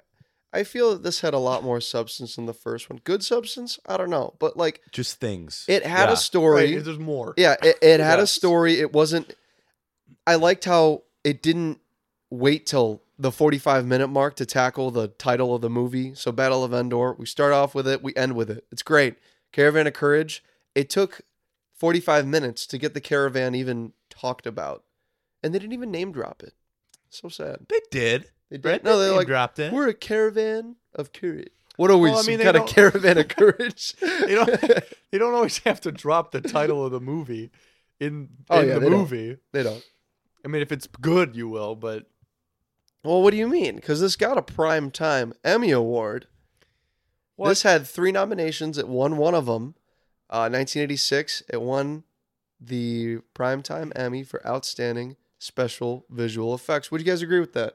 [SPEAKER 2] I feel that this had a lot more substance than the first one. Good substance? I don't know, but like
[SPEAKER 3] Just things.
[SPEAKER 2] it had
[SPEAKER 3] Yeah.
[SPEAKER 2] a story.
[SPEAKER 1] Wait, there's more.
[SPEAKER 2] yeah, it, it had a
[SPEAKER 1] Yes.
[SPEAKER 2] story. It wasn't. I liked how it didn't wait till the 45 minute mark to tackle the title of the movie. So Battle of Endor, we start off with it, we end with it. It's great. Caravan of Courage. It took 45 minutes to get the caravan even talked about, and they didn't even name drop it. So sad.
[SPEAKER 3] They did.
[SPEAKER 2] They did.
[SPEAKER 3] Right?
[SPEAKER 2] No, they're
[SPEAKER 3] name
[SPEAKER 2] like,
[SPEAKER 3] dropped it.
[SPEAKER 2] we're a caravan of courage. What are we?
[SPEAKER 1] Well, I
[SPEAKER 2] some
[SPEAKER 1] mean, they
[SPEAKER 2] kind of
[SPEAKER 1] don't-
[SPEAKER 2] caravan of courage?
[SPEAKER 1] They don't, they don't always have to drop the title of the movie in,
[SPEAKER 2] Oh,
[SPEAKER 1] in
[SPEAKER 2] yeah,
[SPEAKER 1] the
[SPEAKER 2] they don't.
[SPEAKER 1] movie.
[SPEAKER 2] they don't.
[SPEAKER 1] I mean, if it's good, you will, but
[SPEAKER 2] Well, what do you mean? Because this got a prime time Emmy award.
[SPEAKER 1] What?
[SPEAKER 2] This had three nominations. It won one of them. Uh, 1986. It won the primetime Emmy for outstanding special visual effects. Would you guys agree with that?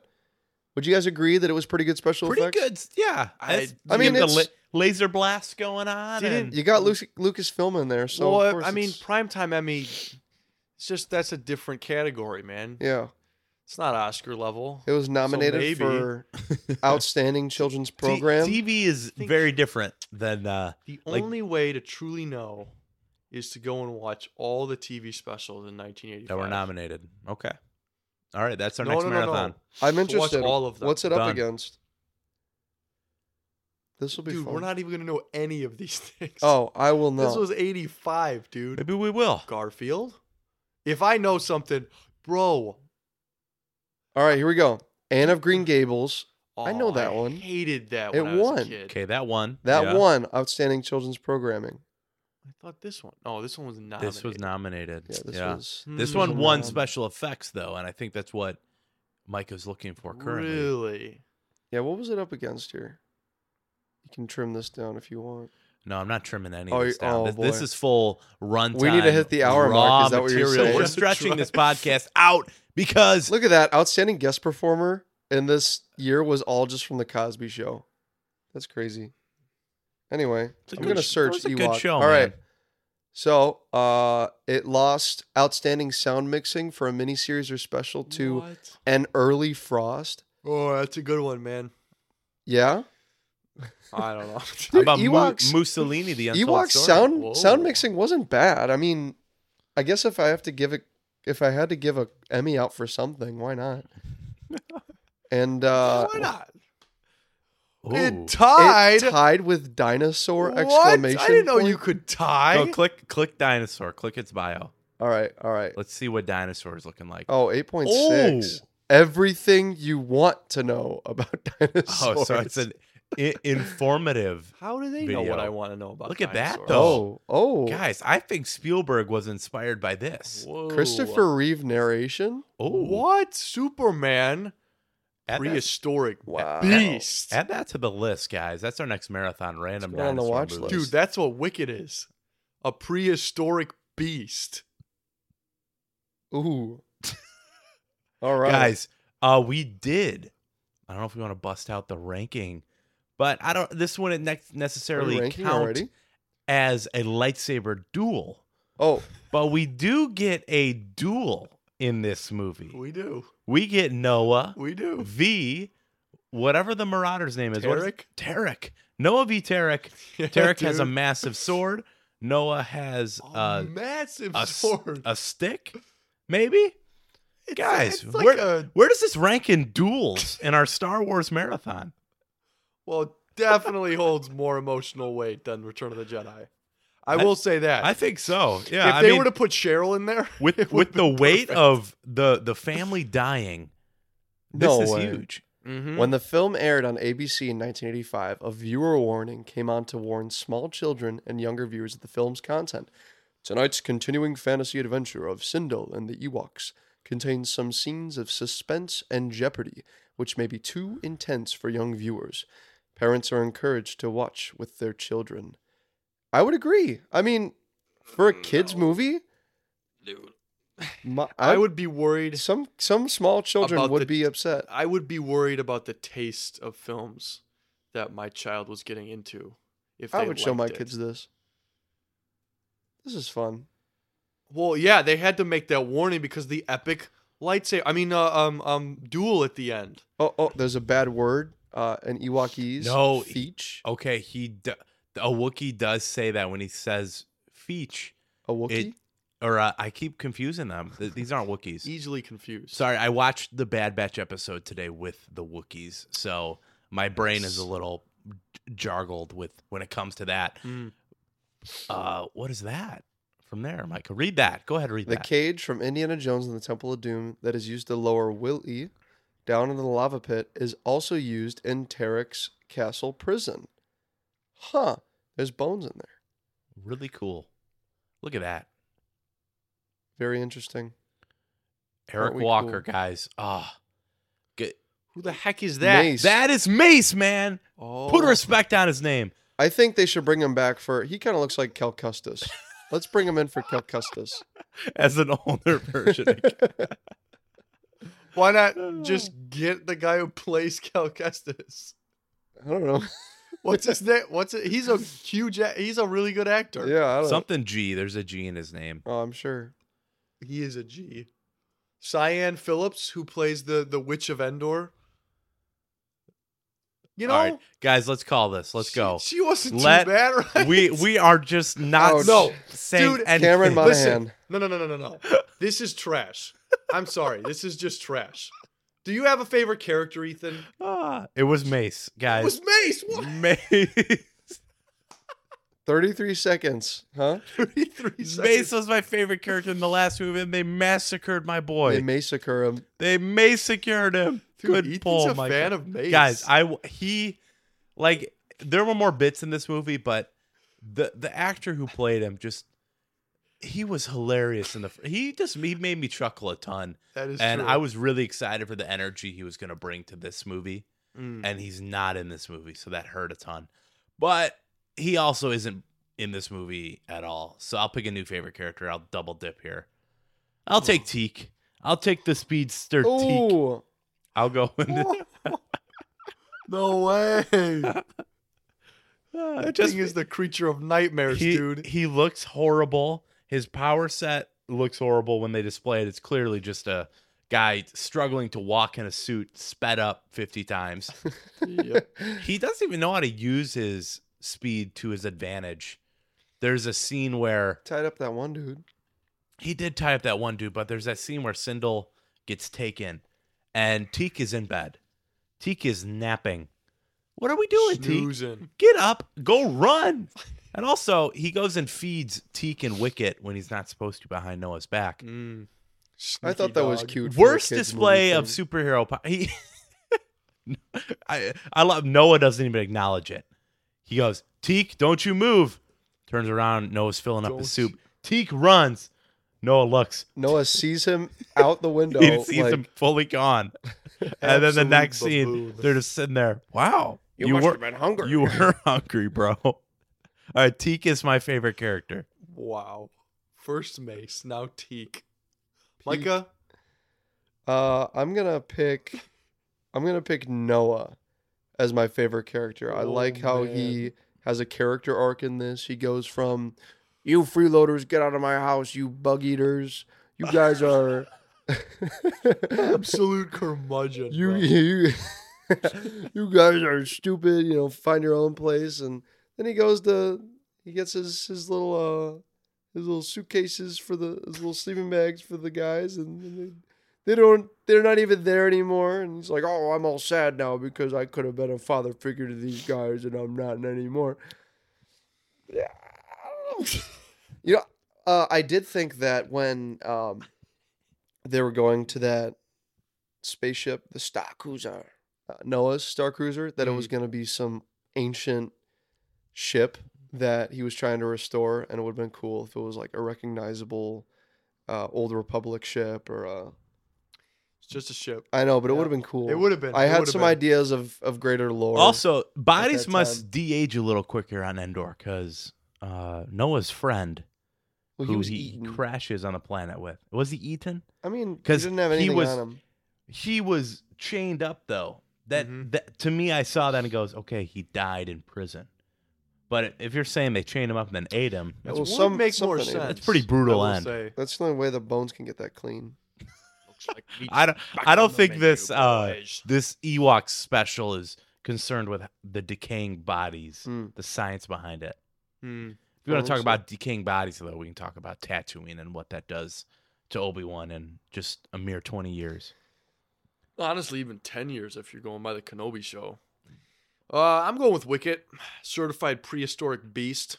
[SPEAKER 2] Would you guys agree that it was pretty good special
[SPEAKER 3] Pretty
[SPEAKER 2] effects?
[SPEAKER 3] good. Yeah.
[SPEAKER 1] I-
[SPEAKER 3] It's-
[SPEAKER 2] I
[SPEAKER 3] you
[SPEAKER 2] mean,
[SPEAKER 3] get the
[SPEAKER 2] it's-
[SPEAKER 3] la- laser blast going on.
[SPEAKER 1] Didn't-
[SPEAKER 3] and-
[SPEAKER 2] You got Lucas Lucasfilm in there, so of
[SPEAKER 1] well,
[SPEAKER 2] course
[SPEAKER 1] I mean,
[SPEAKER 2] it's-
[SPEAKER 1] primetime Emmy. It's just that's a different category, man.
[SPEAKER 2] yeah.
[SPEAKER 1] It's not Oscar level.
[SPEAKER 2] It was
[SPEAKER 1] maybe.
[SPEAKER 2] nominated for outstanding children's
[SPEAKER 3] T-
[SPEAKER 2] program.
[SPEAKER 3] TV is
[SPEAKER 1] Think-
[SPEAKER 3] very different than uh,
[SPEAKER 1] The
[SPEAKER 3] Like-
[SPEAKER 1] only way to truly know is to go and watch all the TV specials in 1985.
[SPEAKER 3] that were nominated. Okay. All right, that's our
[SPEAKER 1] No,
[SPEAKER 3] next
[SPEAKER 1] no, no, no.
[SPEAKER 3] marathon.
[SPEAKER 2] I'm
[SPEAKER 1] watch
[SPEAKER 2] interested.
[SPEAKER 1] all of them.
[SPEAKER 2] What's it up
[SPEAKER 3] Done.
[SPEAKER 2] against? This will be
[SPEAKER 1] Dude,
[SPEAKER 2] fun.
[SPEAKER 1] we're not even gonna know any of these things.
[SPEAKER 2] oh, I will know.
[SPEAKER 1] this was 85, dude.
[SPEAKER 3] Maybe we will.
[SPEAKER 1] Garfield. If I know something, bro.
[SPEAKER 2] All right, here we go. Anne of Green Gables. I know
[SPEAKER 1] oh,
[SPEAKER 2] that one.
[SPEAKER 1] Hated that.
[SPEAKER 2] It
[SPEAKER 1] when I was a
[SPEAKER 2] won.
[SPEAKER 1] kid.
[SPEAKER 3] Okay, that one.
[SPEAKER 2] That
[SPEAKER 3] Yeah.
[SPEAKER 2] won outstanding children's programming.
[SPEAKER 1] I thought this one. Oh, this one was not.
[SPEAKER 3] This was nominated.
[SPEAKER 2] Yeah, this was.
[SPEAKER 3] This
[SPEAKER 1] Hmm.
[SPEAKER 3] one
[SPEAKER 2] was
[SPEAKER 3] won
[SPEAKER 2] nominated.
[SPEAKER 3] special effects though, and I think that's what Mike is looking for currently.
[SPEAKER 1] Really?
[SPEAKER 2] Yeah, what was it up against here? You can trim this down if you want.
[SPEAKER 3] No, I'm not trimming any
[SPEAKER 2] Oh,
[SPEAKER 3] of this
[SPEAKER 2] you-
[SPEAKER 3] down.
[SPEAKER 2] oh,
[SPEAKER 3] This, this
[SPEAKER 2] boy.
[SPEAKER 3] is full run.
[SPEAKER 2] We need to hit the hour mark, is that what you're saying?
[SPEAKER 3] We're
[SPEAKER 1] That's
[SPEAKER 3] stretching
[SPEAKER 1] right.
[SPEAKER 3] this podcast out because
[SPEAKER 2] Look at that. Outstanding guest performer in this year was all just from The Cosby Show. That's crazy. Anyway,
[SPEAKER 3] It's a
[SPEAKER 2] I'm
[SPEAKER 3] good
[SPEAKER 2] going to
[SPEAKER 3] sh- that
[SPEAKER 2] search
[SPEAKER 3] was a good
[SPEAKER 2] Ewok.
[SPEAKER 3] show,
[SPEAKER 2] All right.
[SPEAKER 3] man.
[SPEAKER 2] So uh, it lost outstanding sound mixing for a miniseries or special to
[SPEAKER 1] What?
[SPEAKER 2] an early frost.
[SPEAKER 1] Oh, that's a good one, man.
[SPEAKER 2] Yeah,
[SPEAKER 1] I don't know.
[SPEAKER 3] How
[SPEAKER 2] Dude,
[SPEAKER 3] about Mu-
[SPEAKER 2] Ewoks-
[SPEAKER 3] Mussolini the Untold
[SPEAKER 2] Ewok
[SPEAKER 3] Story?
[SPEAKER 2] sound
[SPEAKER 1] Whoa.
[SPEAKER 2] sound mixing wasn't bad. I mean, I guess if I have to give it, if I had to give a Emmy out for something, why not? And uh,
[SPEAKER 1] Why not?
[SPEAKER 3] Ooh.
[SPEAKER 1] It
[SPEAKER 2] it
[SPEAKER 1] tied.
[SPEAKER 2] tied with dinosaur
[SPEAKER 1] What?
[SPEAKER 2] exclamation.
[SPEAKER 1] I didn't know you
[SPEAKER 2] point.
[SPEAKER 1] could tie.
[SPEAKER 3] Go click click dinosaur. Click its bio.
[SPEAKER 2] All right, all right.
[SPEAKER 3] Let's see what dinosaur is looking like.
[SPEAKER 2] Oh, 8.6. Everything you want to know about dinosaurs.
[SPEAKER 3] Oh, so it's an I- informative.
[SPEAKER 1] How do they know
[SPEAKER 3] Video.
[SPEAKER 1] what I want to know about?
[SPEAKER 3] Look at that,
[SPEAKER 1] dinosaurs?
[SPEAKER 3] though.
[SPEAKER 2] Oh, oh.
[SPEAKER 3] Guys, I think Spielberg was inspired by this.
[SPEAKER 1] Whoa.
[SPEAKER 2] Christopher Reeve narration.
[SPEAKER 3] Oh,
[SPEAKER 1] What? Superman,
[SPEAKER 3] Add that,
[SPEAKER 1] prehistoric
[SPEAKER 2] Wow.
[SPEAKER 1] beast.
[SPEAKER 3] add that to the list, guys. That's our next marathon random
[SPEAKER 2] going on the
[SPEAKER 3] dinosaur
[SPEAKER 2] watch
[SPEAKER 3] movies.
[SPEAKER 2] list.
[SPEAKER 1] Dude, that's what Wicked is. A prehistoric beast.
[SPEAKER 2] Ooh. All right.
[SPEAKER 3] guys, uh, we did. I don't know if we want to bust out the ranking, but I don't. This wouldn't ne-
[SPEAKER 2] Are we
[SPEAKER 3] necessarily
[SPEAKER 2] ranking
[SPEAKER 3] count
[SPEAKER 2] already?
[SPEAKER 3] as a lightsaber duel,
[SPEAKER 2] Oh,
[SPEAKER 3] but we do get a duel in this movie.
[SPEAKER 1] We do.
[SPEAKER 3] We get Noah
[SPEAKER 1] We do.
[SPEAKER 3] Mm. V, whatever the Marauder's name is. What is-
[SPEAKER 1] Tarek?
[SPEAKER 3] Tarek. Noah V. Tarek.
[SPEAKER 1] Yeah,
[SPEAKER 3] Tarek has a
[SPEAKER 1] dude. Um,
[SPEAKER 3] massive sword. Noah has
[SPEAKER 1] A
[SPEAKER 3] uh,
[SPEAKER 1] massive
[SPEAKER 3] a, s-
[SPEAKER 1] sword.
[SPEAKER 3] a stick, maybe.
[SPEAKER 1] It's-
[SPEAKER 3] Guys,
[SPEAKER 1] it's like
[SPEAKER 3] where-
[SPEAKER 1] a-
[SPEAKER 3] Where does this rank in duels in our Star Wars marathon?
[SPEAKER 1] well, it definitely holds more emotional weight than Return of the Jedi. I,
[SPEAKER 3] I-
[SPEAKER 1] will say that.
[SPEAKER 3] I think so. Yeah,
[SPEAKER 1] if
[SPEAKER 3] I
[SPEAKER 1] they
[SPEAKER 3] mean,
[SPEAKER 1] were to put Cheryl in there,
[SPEAKER 3] with
[SPEAKER 1] it
[SPEAKER 3] with
[SPEAKER 1] would've
[SPEAKER 3] the
[SPEAKER 1] been
[SPEAKER 3] weight
[SPEAKER 1] perfect.
[SPEAKER 3] of the the family dying, this
[SPEAKER 2] No
[SPEAKER 3] is
[SPEAKER 2] way.
[SPEAKER 3] huge.
[SPEAKER 1] Mhm.
[SPEAKER 2] When the film aired on ABC in 1985, a viewer warning came on to warn small children and younger viewers of the film's content. Tonight's continuing fantasy adventure of Sindel and the Ewoks contains some scenes of suspense and jeopardy, which may be too intense for young viewers. Parents are encouraged to watch with their children.
[SPEAKER 1] Mm,
[SPEAKER 2] I would agree. I mean, for a kids' movie, My,
[SPEAKER 1] I would be worried.
[SPEAKER 2] Some some small children
[SPEAKER 1] About
[SPEAKER 2] would
[SPEAKER 1] the-
[SPEAKER 2] be upset.
[SPEAKER 1] I would be worried about the taste of films that my child was getting into. If
[SPEAKER 2] I
[SPEAKER 1] they
[SPEAKER 2] would show my
[SPEAKER 1] liked it.
[SPEAKER 2] kids this. This is fun.
[SPEAKER 1] Well, yeah, they had to make that warning because the epic lightsaber. I mean, uh, um, um, duel at the end.
[SPEAKER 2] Oh, oh, there's a bad word. Uh, an Ewokese.
[SPEAKER 3] No, oh, he-
[SPEAKER 2] feech.
[SPEAKER 3] Okay, he d- a Wookiee does say that when he says "feech,"
[SPEAKER 2] A Wookiee.
[SPEAKER 3] it- or uh, I keep confusing them. Th- These aren't Wookiees.
[SPEAKER 1] Easily confused.
[SPEAKER 3] Sorry, I watched the Bad Batch episode today with the Wookiees, so my brain is a little j- jargled with when it comes to that.
[SPEAKER 1] Mm.
[SPEAKER 3] Uh, what is that from there, Micah? Read that. Go ahead, read
[SPEAKER 2] the
[SPEAKER 3] that.
[SPEAKER 2] cage from Indiana Jones and the Temple of Doom that is used to lower Willie down into the lava pit is also used in Tarek's castle prison. Huh. There's bones in there.
[SPEAKER 3] really cool. Look at that,
[SPEAKER 2] Very interesting.
[SPEAKER 3] Eric
[SPEAKER 2] we
[SPEAKER 3] Walker,
[SPEAKER 2] cool?
[SPEAKER 3] guys. Ah, get
[SPEAKER 1] Who the heck is that?
[SPEAKER 2] Mace.
[SPEAKER 3] that is Mace, man.
[SPEAKER 1] Oh,
[SPEAKER 3] Put respect on his name.
[SPEAKER 2] I think they should bring him back for. He kind of looks like Cal Custis. Let's bring him in for Cal Custis.
[SPEAKER 3] as an older version.
[SPEAKER 1] Why not just get the guy who plays Cal Kestis?
[SPEAKER 2] I don't know.
[SPEAKER 1] What's his name? What's it? He's a huge. a- He's a really good actor.
[SPEAKER 2] Yeah, I don't
[SPEAKER 3] Something G. There's a G in his name.
[SPEAKER 2] Oh, I'm sure.
[SPEAKER 1] He is a G. Cyan Phillips, who plays the the Witch of Endor. You know,
[SPEAKER 3] All right, guys, let's call this. Let's
[SPEAKER 1] she-
[SPEAKER 3] go.
[SPEAKER 1] She wasn't
[SPEAKER 3] Let-
[SPEAKER 1] too bad, right?
[SPEAKER 3] We we are just not
[SPEAKER 2] Ouch.
[SPEAKER 1] Oh, No,
[SPEAKER 3] saying
[SPEAKER 1] dude,
[SPEAKER 3] anything.
[SPEAKER 2] Cameron Monahan.
[SPEAKER 1] Listen, no, no, no, no, no, no. This is trash. I'm sorry. This is just trash. Do you have a favorite character, Ethan?
[SPEAKER 3] Ah, it was Mace,
[SPEAKER 1] It
[SPEAKER 3] guys.
[SPEAKER 1] was Mace. What?
[SPEAKER 3] Mace.
[SPEAKER 2] 33 seconds, huh?
[SPEAKER 1] 33
[SPEAKER 3] Mace
[SPEAKER 1] seconds.
[SPEAKER 3] was my favorite character in the last movie, and they massacred my
[SPEAKER 2] They
[SPEAKER 3] boy.
[SPEAKER 2] massacre him.
[SPEAKER 3] They massacred him.
[SPEAKER 1] Dude,
[SPEAKER 3] Good
[SPEAKER 1] Ethan's
[SPEAKER 3] pull,
[SPEAKER 1] a
[SPEAKER 3] Mike.
[SPEAKER 1] fan of Mace.
[SPEAKER 3] guys i w- he like there were more bits in this movie but the the actor who played him just he was hilarious in the f- he just he made me chuckle a ton
[SPEAKER 1] that is
[SPEAKER 3] and
[SPEAKER 1] true.
[SPEAKER 3] i was really excited for the energy he was going to bring to this movie
[SPEAKER 1] Mm.
[SPEAKER 3] and he's not in this movie so that hurt a ton but he also isn't in this movie at all so i'll pick a new favorite character i'll double dip here i'll take teak i'll take the speedster teak
[SPEAKER 2] Ooh.
[SPEAKER 3] i'll go with the-
[SPEAKER 1] no way. That
[SPEAKER 3] Ah,
[SPEAKER 1] thing is the creature of nightmares,
[SPEAKER 3] he,
[SPEAKER 1] dude.
[SPEAKER 3] He looks horrible. His power set looks horrible when they display it. It's clearly just a guy struggling to walk in a suit, sped up 50 times.
[SPEAKER 1] Yep.
[SPEAKER 3] he doesn't even know how to use his speed to his advantage. There's a scene where
[SPEAKER 2] Tied up that one dude.
[SPEAKER 3] he did tie up that one dude, but there's that scene where Sindel gets taken and Teak is in bed. Teak is napping. What are we doing, Teak?
[SPEAKER 1] Snoozing.
[SPEAKER 3] get up, go run. And also, he goes and feeds Teak and Wicket when he's not supposed to behind Noah's back.
[SPEAKER 1] Mm.
[SPEAKER 2] I thought
[SPEAKER 1] Sneaky
[SPEAKER 2] that was
[SPEAKER 1] dog.
[SPEAKER 2] cute. for a
[SPEAKER 3] Worst
[SPEAKER 2] kids'
[SPEAKER 3] display
[SPEAKER 2] movie
[SPEAKER 3] of
[SPEAKER 2] thing.
[SPEAKER 3] superhero. Po- he, I, I love Noah doesn't even acknowledge it. He goes, Teak, don't you move. Turns around, Noah's filling up
[SPEAKER 1] Don't
[SPEAKER 3] his soup. Teak runs. Noah looks.
[SPEAKER 2] Noah sees him out the window.
[SPEAKER 3] he sees
[SPEAKER 2] like,
[SPEAKER 3] him fully gone. and then the
[SPEAKER 1] Absolute
[SPEAKER 3] next
[SPEAKER 1] baboon.
[SPEAKER 3] scene, they're just sitting there. Wow. were-
[SPEAKER 2] been hungry.
[SPEAKER 3] You were hungry, bro. All right, Teak is my favorite character.
[SPEAKER 1] Wow. First Mace, now Teak.
[SPEAKER 2] Peak.
[SPEAKER 1] Micah,
[SPEAKER 2] Uh, I'm gonna pick. I'm gonna pick Noah as my favorite character. I
[SPEAKER 1] Oh,
[SPEAKER 2] like how
[SPEAKER 1] man.
[SPEAKER 2] he has a character arc in this. He goes from "You freeloaders, get out of my house! You bug eaters! You guys are
[SPEAKER 1] absolute curmudgeon.
[SPEAKER 2] you
[SPEAKER 1] bro.
[SPEAKER 2] you you guys are stupid. You know, find your own place." And then he goes to he gets his his little uh his little suitcases for the his little sleeping bags for the guys, and, and they they don't they're not even there anymore and he's like oh i'm all sad now because i could have been a father figure to these guys and i'm not anymore Yeah, I don't know. you know uh, i did think that when um, they were going to that spaceship the star cruiser uh, noah's star cruiser that it
[SPEAKER 1] Mm.
[SPEAKER 2] was going to be some ancient ship that he was trying to restore and it would have been cool if it was like a recognizable uh, old republic ship or a
[SPEAKER 1] It's just a ship.
[SPEAKER 2] I know, but it
[SPEAKER 1] Yeah.
[SPEAKER 2] would have been cool.
[SPEAKER 1] It would have been.
[SPEAKER 2] I
[SPEAKER 1] It
[SPEAKER 2] had
[SPEAKER 1] would've
[SPEAKER 2] some
[SPEAKER 1] been.
[SPEAKER 2] ideas of, of greater lore.
[SPEAKER 3] also, bodies
[SPEAKER 2] that
[SPEAKER 3] must
[SPEAKER 2] time.
[SPEAKER 3] de-age a little quicker on Endor because uh, Noah's friend
[SPEAKER 2] Well,
[SPEAKER 3] who
[SPEAKER 2] he was
[SPEAKER 3] he
[SPEAKER 2] eaten.
[SPEAKER 3] crashes on a planet with. Was he eaten?
[SPEAKER 2] I mean, he
[SPEAKER 3] 'Cause
[SPEAKER 2] didn't have
[SPEAKER 3] he
[SPEAKER 2] anything
[SPEAKER 3] was-
[SPEAKER 2] on him.
[SPEAKER 3] He was chained up though. That
[SPEAKER 1] Mhm.
[SPEAKER 3] that to me, I saw that and goes, okay, he died in prison. But if you're saying they chained him up and then ate him,
[SPEAKER 2] Well,
[SPEAKER 1] That
[SPEAKER 3] that's,
[SPEAKER 1] would
[SPEAKER 2] some-
[SPEAKER 1] make more
[SPEAKER 2] something.
[SPEAKER 1] sense.
[SPEAKER 2] That's
[SPEAKER 3] pretty
[SPEAKER 1] I
[SPEAKER 3] brutal
[SPEAKER 1] will
[SPEAKER 3] end.
[SPEAKER 1] say.
[SPEAKER 2] That's the only way the bones can get that clean.
[SPEAKER 1] Looks like meat
[SPEAKER 3] I don't
[SPEAKER 1] back
[SPEAKER 3] I
[SPEAKER 1] on
[SPEAKER 3] don't
[SPEAKER 1] the
[SPEAKER 3] think
[SPEAKER 1] menu,
[SPEAKER 3] this uh
[SPEAKER 1] boys.
[SPEAKER 3] this Ewok special is concerned with the decaying bodies,
[SPEAKER 2] Hmm.
[SPEAKER 3] the science behind it.
[SPEAKER 1] Hmm.
[SPEAKER 3] If you want
[SPEAKER 2] Well,
[SPEAKER 3] to talk
[SPEAKER 2] so-
[SPEAKER 3] about decaying bodies, though, we can talk about Tatooine and what that does to Obi Wan in just a mere twenty years.
[SPEAKER 1] Honestly, even 10 years if you're going by the Kenobi show. Uh, I'm going with Wicket, certified prehistoric beast.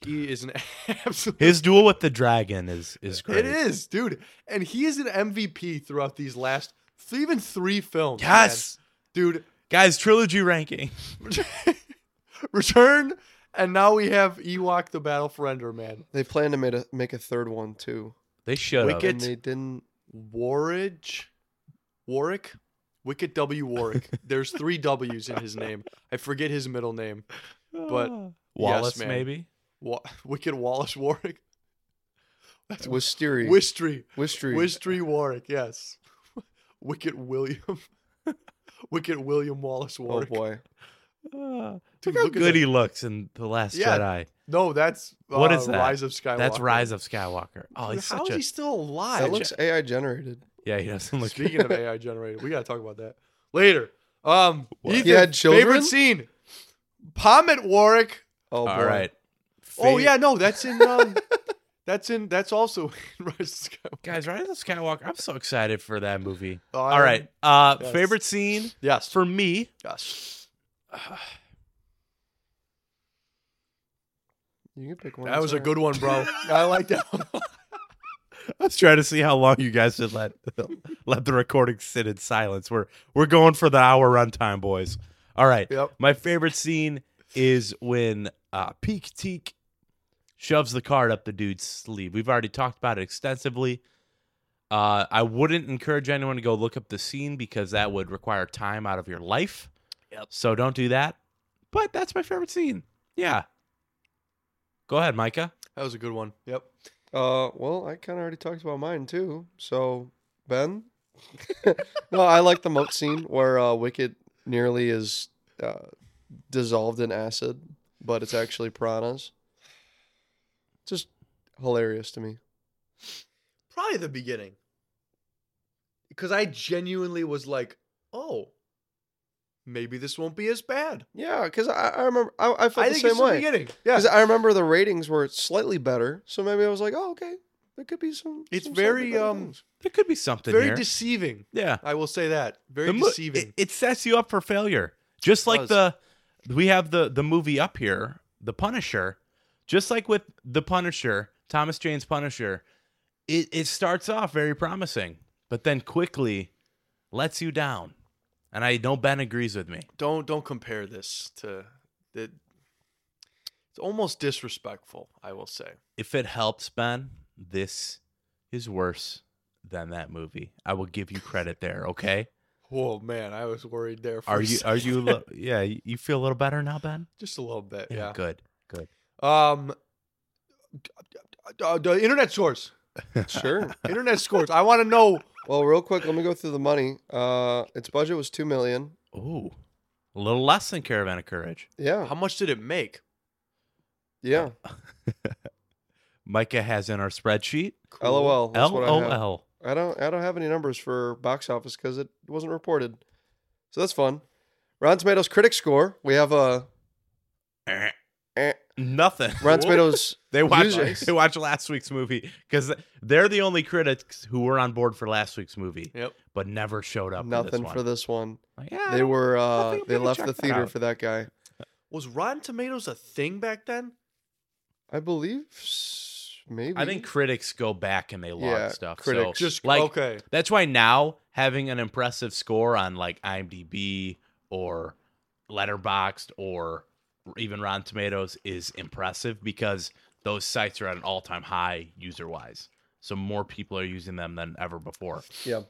[SPEAKER 1] He is an absolute.
[SPEAKER 3] His duel with the dragon is is great.
[SPEAKER 1] It is, dude. And he is an MVP throughout these last, th- even three films. man.
[SPEAKER 3] Yes,
[SPEAKER 1] Dude,
[SPEAKER 3] guys, trilogy ranking.
[SPEAKER 1] Return, and now we have Ewok the Battle for Ender, man.
[SPEAKER 2] They plan to make a make a third one too,
[SPEAKER 3] They should
[SPEAKER 1] Wicked.
[SPEAKER 3] have.
[SPEAKER 2] and
[SPEAKER 1] It's-
[SPEAKER 2] they didn't.
[SPEAKER 1] Warridge? Warwick? Wicket W. Warwick. There's three W's in his name. I forget his middle name.
[SPEAKER 3] Ah.
[SPEAKER 1] But,
[SPEAKER 3] Wallace,
[SPEAKER 1] yes, man.
[SPEAKER 3] maybe.
[SPEAKER 1] Wa- Wicked Wallace Warwick? That's
[SPEAKER 2] Wisteria.
[SPEAKER 1] Wistry.
[SPEAKER 2] Wisteria.
[SPEAKER 1] Wistry Warwick, yes. Wicket William. Wicket William Wallace
[SPEAKER 2] oh
[SPEAKER 1] Warwick.
[SPEAKER 2] boy.
[SPEAKER 3] Uh,
[SPEAKER 1] Dude,
[SPEAKER 3] look how
[SPEAKER 1] look at
[SPEAKER 3] good
[SPEAKER 1] that.
[SPEAKER 3] he looks in the Last
[SPEAKER 1] Yeah,
[SPEAKER 3] Jedi.
[SPEAKER 1] No, that's uh,
[SPEAKER 3] What is that?
[SPEAKER 1] Rise of Skywalker.
[SPEAKER 3] That's Rise of Skywalker. Oh, he's
[SPEAKER 1] How
[SPEAKER 3] such
[SPEAKER 1] is
[SPEAKER 3] a
[SPEAKER 1] he still alive?
[SPEAKER 2] That looks AI generated.
[SPEAKER 3] yeah. He doesn't look.
[SPEAKER 1] Speaking of AI generated, we gotta talk about that later. Um,
[SPEAKER 3] What?
[SPEAKER 1] Ethan,
[SPEAKER 2] He had
[SPEAKER 1] Favorite
[SPEAKER 2] children?
[SPEAKER 1] scene: Pommet Warwick.
[SPEAKER 2] Oh boy.
[SPEAKER 3] All right.
[SPEAKER 1] Oh
[SPEAKER 3] Fa-
[SPEAKER 1] yeah, no, that's in. Um, that's in. That's also in Rise of Skywalker.
[SPEAKER 3] guys, Rise of Skywalker. I'm so excited for that movie.
[SPEAKER 1] Um,
[SPEAKER 3] All right. Uh,
[SPEAKER 1] yes.
[SPEAKER 3] favorite scene
[SPEAKER 1] Yes.
[SPEAKER 3] for me.
[SPEAKER 1] Yes.
[SPEAKER 2] You can pick one.
[SPEAKER 1] That
[SPEAKER 2] it's
[SPEAKER 1] was a
[SPEAKER 2] all right.
[SPEAKER 1] good one, bro. I like that. One.
[SPEAKER 3] I was trying to see how long you guys should let let the recording sit in silence. We're we're going for the hour runtime, boys. All right.
[SPEAKER 1] Yep.
[SPEAKER 3] My favorite scene is when uh, Peak Teak shoves the card up the dude's sleeve. We've already talked about it extensively. Uh, I wouldn't encourage anyone to go look up the scene because that would require time out of your life.
[SPEAKER 1] Yep.
[SPEAKER 3] So don't do that. But that's my favorite scene. Yeah. Go ahead, Micah.
[SPEAKER 1] That was a good one. Yep.
[SPEAKER 2] Uh, well, I kind of already talked about mine too. So, Ben, no, I like the moat scene where uh, Wicked nearly is uh, dissolved in acid, but it's actually piranhas. Just hilarious to me.
[SPEAKER 1] Probably the beginning. Because I genuinely was like, oh, maybe this won't be as bad.
[SPEAKER 2] Yeah, because I, I remember I, I felt
[SPEAKER 1] I
[SPEAKER 2] the
[SPEAKER 1] think
[SPEAKER 2] same
[SPEAKER 1] it's the
[SPEAKER 2] way.
[SPEAKER 1] beginning. Yeah.
[SPEAKER 2] Because I remember the ratings were slightly better, so maybe I was like, oh, okay, there could be some.
[SPEAKER 1] It's
[SPEAKER 2] some slightly
[SPEAKER 1] very,
[SPEAKER 2] better
[SPEAKER 1] um,
[SPEAKER 2] things.
[SPEAKER 3] There could be something
[SPEAKER 1] Very
[SPEAKER 3] here.
[SPEAKER 1] deceiving.
[SPEAKER 3] yeah.
[SPEAKER 1] I will say that. Very
[SPEAKER 3] The mo-
[SPEAKER 1] deceiving.
[SPEAKER 3] It, it sets you up for failure. Just like
[SPEAKER 2] does.
[SPEAKER 3] the we have the the movie up here, The Punisher. Just like with The Punisher, Thomas Jane's Punisher, it it starts off very promising, but then quickly lets you down. And I know Ben agrees with me.
[SPEAKER 1] don't don't compare this to the it's almost disrespectful, I will say.
[SPEAKER 3] If it helps Ben, this is worse than that movie. I will give you credit there, okay?
[SPEAKER 1] Oh man, I was worried there for
[SPEAKER 3] Are
[SPEAKER 1] a
[SPEAKER 3] you
[SPEAKER 1] sec-
[SPEAKER 3] are you a li- yeah, you feel a little better now, Ben?
[SPEAKER 1] just a little bit, yeah.
[SPEAKER 3] Good.
[SPEAKER 1] Um uh, the internet source.
[SPEAKER 2] sure.
[SPEAKER 1] Internet scores. I want to know
[SPEAKER 2] Well, real quick, let me go through the money. Uh, its budget was two million.
[SPEAKER 3] Oh. A little less than Caravan of Courage.
[SPEAKER 2] Yeah,
[SPEAKER 1] how much did it make?
[SPEAKER 2] yeah.
[SPEAKER 3] Micah has in our spreadsheet.
[SPEAKER 1] Cool.
[SPEAKER 2] LOL. That's
[SPEAKER 3] L
[SPEAKER 2] what
[SPEAKER 3] O
[SPEAKER 2] I, have.
[SPEAKER 3] L.
[SPEAKER 2] I don't. I don't have any numbers for box office because it wasn't reported. So that's fun. Rotten Tomatoes critic score. We have a eh,
[SPEAKER 3] Nothing.
[SPEAKER 2] Rotten Tomatoes.
[SPEAKER 3] They watch.
[SPEAKER 2] Users.
[SPEAKER 3] They watch last week's movie because they're the only critics who were on board for last week's movie,
[SPEAKER 1] Yep.
[SPEAKER 3] but never showed up.
[SPEAKER 2] nothing
[SPEAKER 3] for
[SPEAKER 2] for
[SPEAKER 3] this.
[SPEAKER 2] this one.
[SPEAKER 3] one. Like, ah, yeah,
[SPEAKER 2] They were.
[SPEAKER 3] I
[SPEAKER 2] Uh,
[SPEAKER 3] think I'm
[SPEAKER 2] they
[SPEAKER 3] gonna
[SPEAKER 2] left
[SPEAKER 3] check
[SPEAKER 2] the
[SPEAKER 3] that
[SPEAKER 2] theater
[SPEAKER 3] out.
[SPEAKER 2] for that guy.
[SPEAKER 1] Was Rotten Tomatoes a thing back then?
[SPEAKER 2] I believe. s- Maybe.
[SPEAKER 3] I think critics go back and they log
[SPEAKER 2] Yeah,
[SPEAKER 3] stuff.
[SPEAKER 2] critics.
[SPEAKER 3] So
[SPEAKER 1] Just
[SPEAKER 3] like
[SPEAKER 1] okay.
[SPEAKER 3] that's why now having an impressive score on like IMDb or Letterboxd or even Rotten Tomatoes is impressive because those sites are at an all-time high user-wise. So more people are using them than ever before.
[SPEAKER 2] Yeah.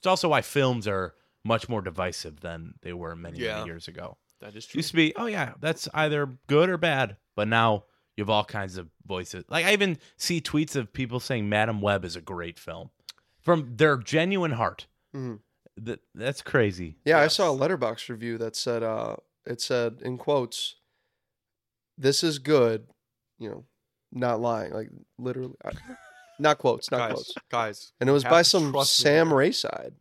[SPEAKER 3] It's also why films are much more divisive than they were many,
[SPEAKER 1] Yeah.
[SPEAKER 3] many years ago.
[SPEAKER 1] That is true.
[SPEAKER 3] Used to be, oh yeah, that's either good or bad, but now You have all kinds of voices. Like I even see tweets of people saying Madam Web is a great film from their genuine heart.
[SPEAKER 2] Mhm.
[SPEAKER 3] That that's crazy.
[SPEAKER 2] Yeah, I
[SPEAKER 1] Yes.
[SPEAKER 2] saw a letterbox review that said uh it said in quotes this is good, you know, not lying, like literally I- not quotes, not
[SPEAKER 1] guys,
[SPEAKER 2] quotes.
[SPEAKER 1] guys.
[SPEAKER 2] And it was
[SPEAKER 1] have
[SPEAKER 2] by
[SPEAKER 1] to
[SPEAKER 2] some
[SPEAKER 1] trust me
[SPEAKER 2] Sam
[SPEAKER 1] here.
[SPEAKER 2] Rayside.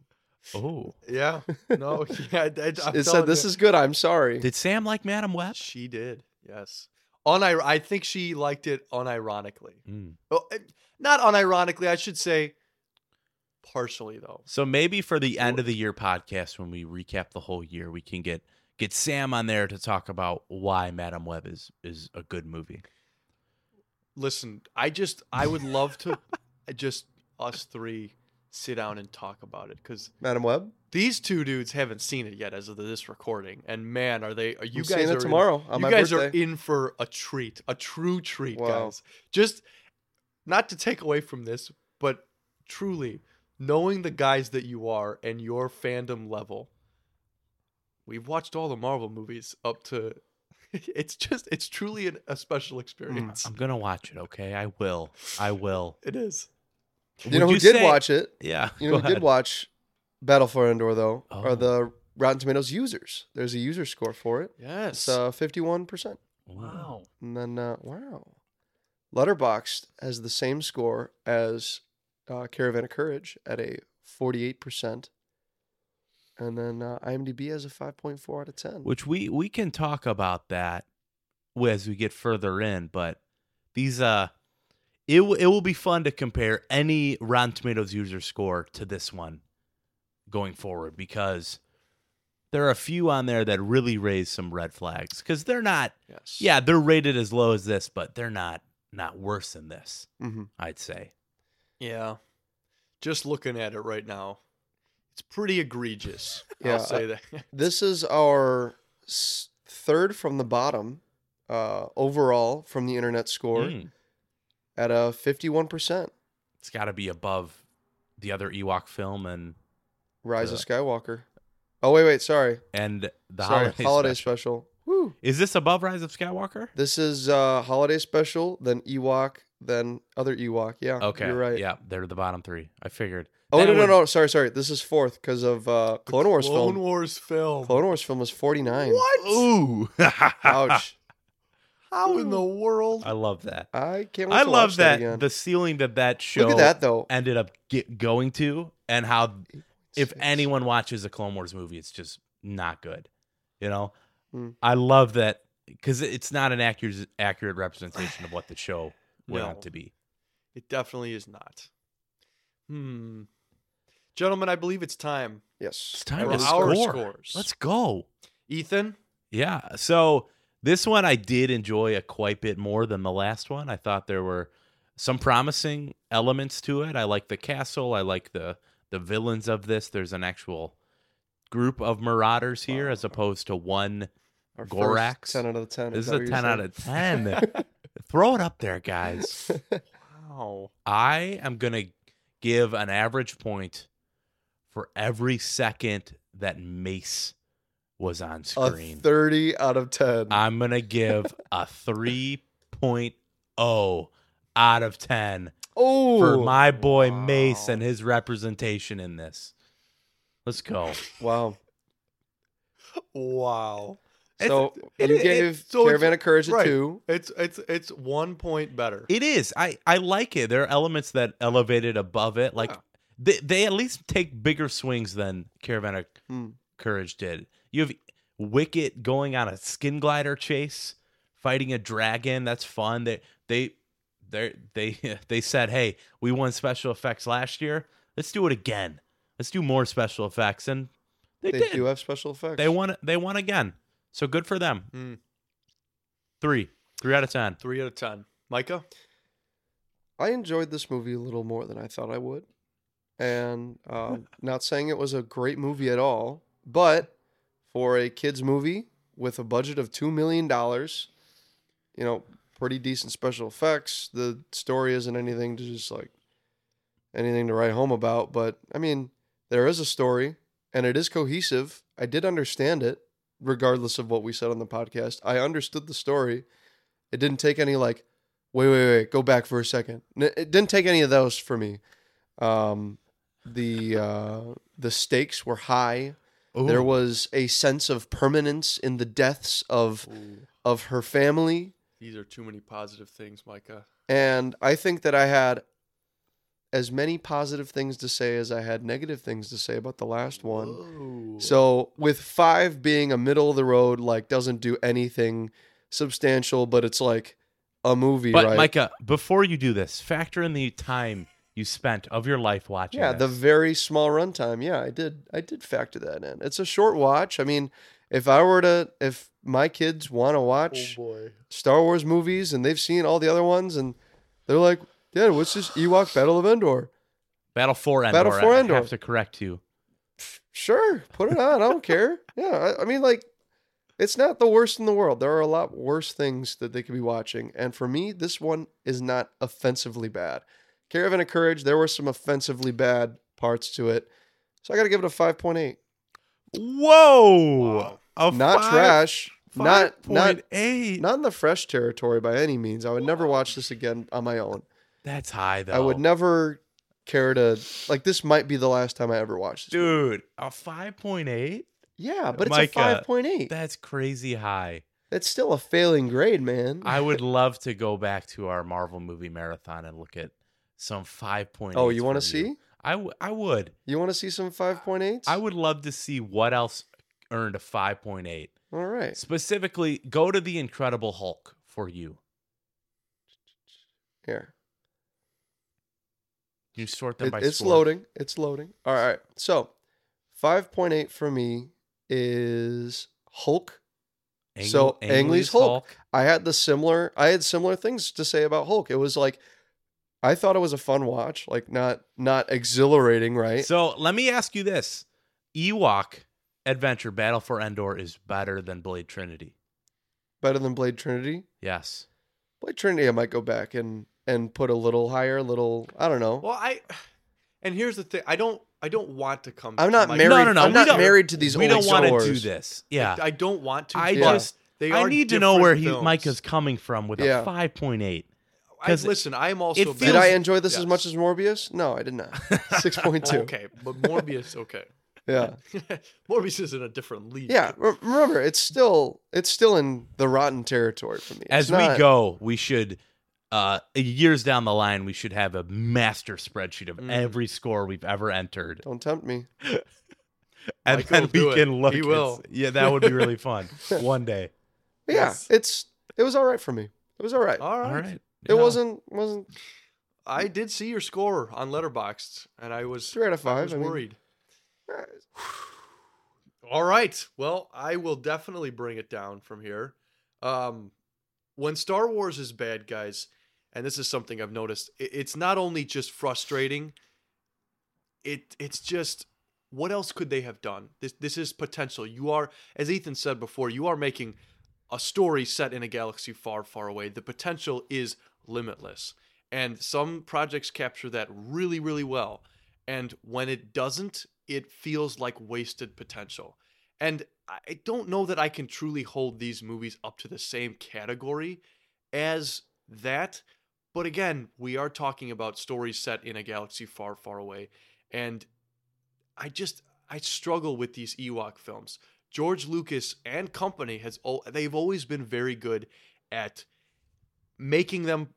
[SPEAKER 3] Oh,
[SPEAKER 1] Yeah. No. Yeah. I, I, I'm
[SPEAKER 2] It said
[SPEAKER 1] telling
[SPEAKER 2] this
[SPEAKER 1] you.
[SPEAKER 2] is good, I'm sorry.
[SPEAKER 3] did Sam like Madam Web?
[SPEAKER 1] She did. Yes. Unir- I think she liked it unironically.
[SPEAKER 3] Mm.
[SPEAKER 1] Oh, eh, not unironically. I should say partially though.
[SPEAKER 3] So maybe for the end of the year podcast, when we recap the whole year, we can get get Sam on there to talk about why Madam Web is is a good movie.
[SPEAKER 1] Listen, I just I would love to I just us three sit down and talk about it because
[SPEAKER 2] Madam Web?
[SPEAKER 1] these two dudes haven't seen it yet as of this recording, and man, are they? Are you
[SPEAKER 2] I'm
[SPEAKER 1] guys
[SPEAKER 2] seeing
[SPEAKER 1] are
[SPEAKER 2] it
[SPEAKER 1] in-
[SPEAKER 2] tomorrow on
[SPEAKER 1] you
[SPEAKER 2] my
[SPEAKER 1] guys
[SPEAKER 2] birthday.
[SPEAKER 1] are in for a treat, a true treat,
[SPEAKER 2] Wow.
[SPEAKER 1] guys. Just not to take away from this, but truly knowing the guys that you are and your fandom level. We've watched all the Marvel movies up to. It's just, it's truly an, a special experience.
[SPEAKER 3] Mm, I'm gonna watch it. Okay, I will. I will.
[SPEAKER 1] It is.
[SPEAKER 2] you know
[SPEAKER 3] Would
[SPEAKER 2] who did
[SPEAKER 3] say-
[SPEAKER 2] watch it?
[SPEAKER 3] Yeah,
[SPEAKER 2] You
[SPEAKER 3] go
[SPEAKER 2] know who
[SPEAKER 3] ahead.
[SPEAKER 2] did watch Battle for Endor though?
[SPEAKER 3] Oh.
[SPEAKER 2] Are the Rotten Tomatoes users. There's a user score for it.
[SPEAKER 1] Yes.
[SPEAKER 2] It's uh, 51%.
[SPEAKER 3] Wow.
[SPEAKER 2] And then, uh, wow. Letterboxd has the same score as uh, Caravan of Courage at a 48%. And then uh, IMDb has a 5.4 out of 10.
[SPEAKER 3] Which we we can talk about that as we get further in, but these uh, it will it will be fun to compare any Rotten Tomatoes user score to this one going forward because there are a few on there that really raise some red flags because they're not
[SPEAKER 1] Yes.
[SPEAKER 3] yeah they're rated as low as this but they're not not worse than this
[SPEAKER 2] Mhm.
[SPEAKER 3] I'd say
[SPEAKER 1] Yeah. Just looking at it right now, it's pretty egregious.
[SPEAKER 2] Yeah.
[SPEAKER 1] I'll say that.
[SPEAKER 2] This is our s- third from the bottom uh, overall from the internet score
[SPEAKER 3] Mm.
[SPEAKER 2] at a 51%.
[SPEAKER 3] it's got to be above the other Ewok film and
[SPEAKER 2] Rise of
[SPEAKER 3] Uh,
[SPEAKER 2] Skywalker. Oh, wait, wait. Sorry.
[SPEAKER 3] and the
[SPEAKER 2] sorry.
[SPEAKER 3] holiday,
[SPEAKER 2] Holiday special.
[SPEAKER 3] special.
[SPEAKER 2] Woo.
[SPEAKER 3] Is this above Rise of Skywalker?
[SPEAKER 2] This is uh, holiday special, then Ewok, then other Ewok. Yeah.
[SPEAKER 3] Okay.
[SPEAKER 2] You're right.
[SPEAKER 3] Yeah, they're the bottom three. I figured.
[SPEAKER 2] Oh
[SPEAKER 3] Then
[SPEAKER 2] no
[SPEAKER 3] it
[SPEAKER 2] no
[SPEAKER 3] would-
[SPEAKER 2] no! Sorry sorry. This is fourth because of uh, Clone Wars
[SPEAKER 1] Clone
[SPEAKER 2] film.
[SPEAKER 1] Wars film.
[SPEAKER 2] Clone Wars film was forty nine.
[SPEAKER 1] What?
[SPEAKER 3] Ooh.
[SPEAKER 2] Ouch!
[SPEAKER 1] How in the world?
[SPEAKER 3] I love that.
[SPEAKER 2] I can't. Wait
[SPEAKER 3] I
[SPEAKER 2] to
[SPEAKER 3] love
[SPEAKER 2] watch that.
[SPEAKER 3] that,
[SPEAKER 2] again.
[SPEAKER 3] the ceiling that that show
[SPEAKER 2] Look at that though.
[SPEAKER 3] ended up get, going to, and how if
[SPEAKER 2] Six.
[SPEAKER 3] anyone watches a Clone Wars movie, it's just not good. You know,
[SPEAKER 2] Mm.
[SPEAKER 3] I love that because it's not an accurate accurate representation of what the show went
[SPEAKER 1] No.
[SPEAKER 3] out to be.
[SPEAKER 1] It definitely is not. Hmm. Gentlemen, I believe it's time
[SPEAKER 2] yes,
[SPEAKER 3] time
[SPEAKER 1] for
[SPEAKER 3] to
[SPEAKER 1] our
[SPEAKER 3] score.
[SPEAKER 1] scores.
[SPEAKER 3] Let's go.
[SPEAKER 1] Ethan,
[SPEAKER 3] Yeah. So this one I did enjoy a quite bit more than the last one. I thought there were some promising elements to it. I like the castle. I like the the villains of this. There's an actual group of marauders here as opposed to one.
[SPEAKER 2] Our first
[SPEAKER 3] Gorax.
[SPEAKER 2] ten out of the ten.
[SPEAKER 3] This is
[SPEAKER 2] that
[SPEAKER 3] a
[SPEAKER 2] what
[SPEAKER 3] 10 out of 10. Throw it up there, guys.
[SPEAKER 2] you're saying?
[SPEAKER 1] wow.
[SPEAKER 3] I am going to give an average point for every second that Mace was on
[SPEAKER 2] a
[SPEAKER 3] screen.
[SPEAKER 2] thirty out of ten.
[SPEAKER 3] I'm gonna give a 3.0 out of 10
[SPEAKER 2] oh,
[SPEAKER 3] for my boy Mace
[SPEAKER 1] wow.
[SPEAKER 3] and his representation in this. Let's go.
[SPEAKER 2] wow!
[SPEAKER 1] Wow.
[SPEAKER 3] It's-
[SPEAKER 2] So
[SPEAKER 3] it-
[SPEAKER 2] you
[SPEAKER 3] it-
[SPEAKER 2] gave
[SPEAKER 1] so it's-
[SPEAKER 2] Caravan of Courage a
[SPEAKER 1] right.
[SPEAKER 2] two.
[SPEAKER 1] It's it's it's one point better.
[SPEAKER 3] It is. I I like it. There are elements that elevated above it. Like
[SPEAKER 1] Yeah.
[SPEAKER 3] they they at least take bigger swings than Caravan of
[SPEAKER 2] Hmm.
[SPEAKER 3] Courage did. You have Wicket going on a skin glider chase, fighting a dragon. That's fun. They they they they they said, "Hey, we won special effects last year. Let's do it again. Let's do more special effects." And they,
[SPEAKER 2] They,
[SPEAKER 3] did.
[SPEAKER 2] do have special effects.
[SPEAKER 3] They won. They won again. So good for them.
[SPEAKER 1] Hmm.
[SPEAKER 3] Three, three out of ten.
[SPEAKER 1] Three out of ten. Micah?
[SPEAKER 2] I enjoyed this movie a little more than I thought I would. And um, not saying it was a great movie at all, but for a kids' movie with a budget of $2 million, you know, pretty decent special effects. The story isn't anything to just like anything to write home about, but I mean, there is a story and it is cohesive. I did understand it, regardless of what we said on the podcast. I understood the story It didn't take any like, wait, wait, wait, go back for a second. N- It didn't take any of those for me. Um, the uh, the stakes were high. There
[SPEAKER 3] Ooh.
[SPEAKER 2] was a sense of permanence in the deaths of
[SPEAKER 1] Ooh,
[SPEAKER 2] of her family.
[SPEAKER 1] these are too many positive things, Micah.
[SPEAKER 2] And I think that I had as many positive things to say as I had negative things to say about the last one.
[SPEAKER 1] Whoa.
[SPEAKER 2] So, with five being a middle of the road, like doesn't do anything substantial, but it's like a movie,
[SPEAKER 3] But
[SPEAKER 2] right?
[SPEAKER 3] Micah, before you do this, factor in the time you spent of your life watching.
[SPEAKER 2] yeah, the
[SPEAKER 3] this.
[SPEAKER 2] very small runtime. Yeah, I did. I did factor that in. It's a short watch. I mean, if I were to, if my kids want to watch
[SPEAKER 1] Oh, boy.
[SPEAKER 2] Star Wars movies and they've seen all the other ones and they're like, "Dad, what's this Ewok Battle of Endor?"
[SPEAKER 3] Battle for Endor.
[SPEAKER 2] Battle for
[SPEAKER 3] I-
[SPEAKER 2] Endor.
[SPEAKER 3] I have to correct you.
[SPEAKER 2] sure, put it on. I don't care. Yeah, I, I mean, like, it's not the worst in the world. There are a lot worse things that they could be watching, and for me, this one is not offensively bad. Caravan of Courage, there were some offensively bad parts to it, so I got to give it a five point eight.
[SPEAKER 3] Whoa!
[SPEAKER 1] Wow.
[SPEAKER 3] A
[SPEAKER 2] Not
[SPEAKER 3] five-
[SPEAKER 2] trash. Not not
[SPEAKER 3] 5.8.
[SPEAKER 2] not in the fresh territory by any means. I would never watch this again on my own.
[SPEAKER 3] That's high though.
[SPEAKER 2] I would never care to like. This might be the last time I ever watched this.
[SPEAKER 3] Dude, a 5.8?
[SPEAKER 2] Yeah, but it's
[SPEAKER 3] Micah,
[SPEAKER 2] a five point eight.
[SPEAKER 3] That's crazy high.
[SPEAKER 2] That's still a failing grade, man.
[SPEAKER 3] I would love to go back to our Marvel movie marathon and look at some 5.8.
[SPEAKER 2] Oh, you want to
[SPEAKER 3] for you.
[SPEAKER 2] see?
[SPEAKER 3] I, w- I would.
[SPEAKER 2] You want to see some 5.8s?
[SPEAKER 3] I would love to see what else earned a 5.8.
[SPEAKER 2] All right.
[SPEAKER 3] Specifically, go to the Incredible Hulk for you.
[SPEAKER 2] Here.
[SPEAKER 3] You sort them
[SPEAKER 2] It-
[SPEAKER 3] by
[SPEAKER 2] it's
[SPEAKER 3] score.
[SPEAKER 2] loading. It's loading. All right. So, 5.8 for me is Hulk. So, Angley's Hulk. I had the similar I had similar things to say about Hulk. It was like I thought it was a fun watch, like not not exhilarating, right?
[SPEAKER 3] So let me ask you this: Ewok Adventure Battle for Endor is better than Blade Trinity.
[SPEAKER 2] Better than Blade Trinity.
[SPEAKER 3] Yes.
[SPEAKER 2] Blade Trinity I might go back and and put a little higher, a little I don't know.
[SPEAKER 1] Well, I and here's the thing. I don't. I don't want to come.
[SPEAKER 2] I'm
[SPEAKER 1] to
[SPEAKER 2] not
[SPEAKER 1] Micah.
[SPEAKER 2] married.
[SPEAKER 3] No, no, no,
[SPEAKER 2] I'm
[SPEAKER 3] we
[SPEAKER 2] not
[SPEAKER 3] don't-
[SPEAKER 2] married to these
[SPEAKER 3] We
[SPEAKER 2] old
[SPEAKER 3] don't want to do
[SPEAKER 2] stores.
[SPEAKER 3] this. Yeah.
[SPEAKER 1] I don't want to.
[SPEAKER 3] I
[SPEAKER 1] but
[SPEAKER 3] just-
[SPEAKER 1] They
[SPEAKER 3] I
[SPEAKER 1] are
[SPEAKER 3] need to know
[SPEAKER 1] different
[SPEAKER 3] where he
[SPEAKER 1] films.
[SPEAKER 3] Micah's coming from with
[SPEAKER 2] Yeah.
[SPEAKER 3] a 5.8.
[SPEAKER 1] I,
[SPEAKER 3] 'cause
[SPEAKER 1] listen, I am also.
[SPEAKER 3] it
[SPEAKER 1] a bad-
[SPEAKER 2] Did
[SPEAKER 3] feels-
[SPEAKER 2] I enjoy this as
[SPEAKER 1] Yes.
[SPEAKER 2] much as Morbius? No, I did not. 6.2.
[SPEAKER 1] Okay, but Morbius. Okay,
[SPEAKER 2] Yeah.
[SPEAKER 1] Morbius is in a different league.
[SPEAKER 2] Yeah. re- Remember, it's still it's still in the rotten territory for me. It's
[SPEAKER 3] As we
[SPEAKER 2] not-
[SPEAKER 3] go, we should uh years down the line we should have a master spreadsheet of
[SPEAKER 1] Mm.
[SPEAKER 3] every score we've ever entered.
[SPEAKER 2] Don't tempt me.
[SPEAKER 3] And
[SPEAKER 1] Micah will
[SPEAKER 3] then
[SPEAKER 1] do
[SPEAKER 3] we
[SPEAKER 1] it.
[SPEAKER 3] can look
[SPEAKER 1] He
[SPEAKER 3] at-
[SPEAKER 1] will.
[SPEAKER 3] Yeah, that would be really fun. One day.
[SPEAKER 2] But
[SPEAKER 1] Yes. Oh,
[SPEAKER 2] Yeah, it's it was all right for me. It was all right.
[SPEAKER 1] All right.
[SPEAKER 3] All right.
[SPEAKER 2] It wasn't wasn't
[SPEAKER 1] I did see your score on Letterboxd, and I was
[SPEAKER 2] three out of
[SPEAKER 1] I
[SPEAKER 2] five.
[SPEAKER 1] was
[SPEAKER 2] I mean,
[SPEAKER 1] worried.
[SPEAKER 2] eh,
[SPEAKER 1] All right. Well, I will definitely bring it down from here. Um, when Star Wars is bad, guys, and this is something I've noticed, i- it's not only just frustrating. It it's just what else could they have done? This this is potential. You are, as Ethan said before, you are making a story set in a galaxy far, far away. The potential is limitless, and some projects capture that really, really well and when it doesn't it feels like wasted potential and i don't know that i can truly hold these movies up to the same category as that but again we are talking about stories set in a galaxy far far away and i just i struggle with these ewok films george lucas and company has al- they've always been very good at making them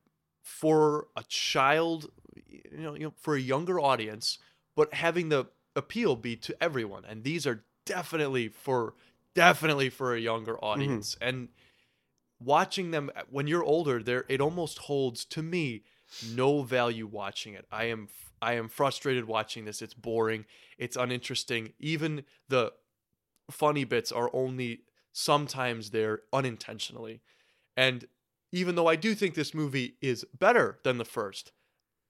[SPEAKER 1] for a child you know, you know for a younger audience but having the appeal be to everyone and these are definitely for definitely for a younger audience and watching them uh, when you're older there it almost holds to me no value watching it i am i am frustrated watching this it's boring it's uninteresting even the funny bits are only sometimes there unintentionally and even though I do think this movie is better than the first,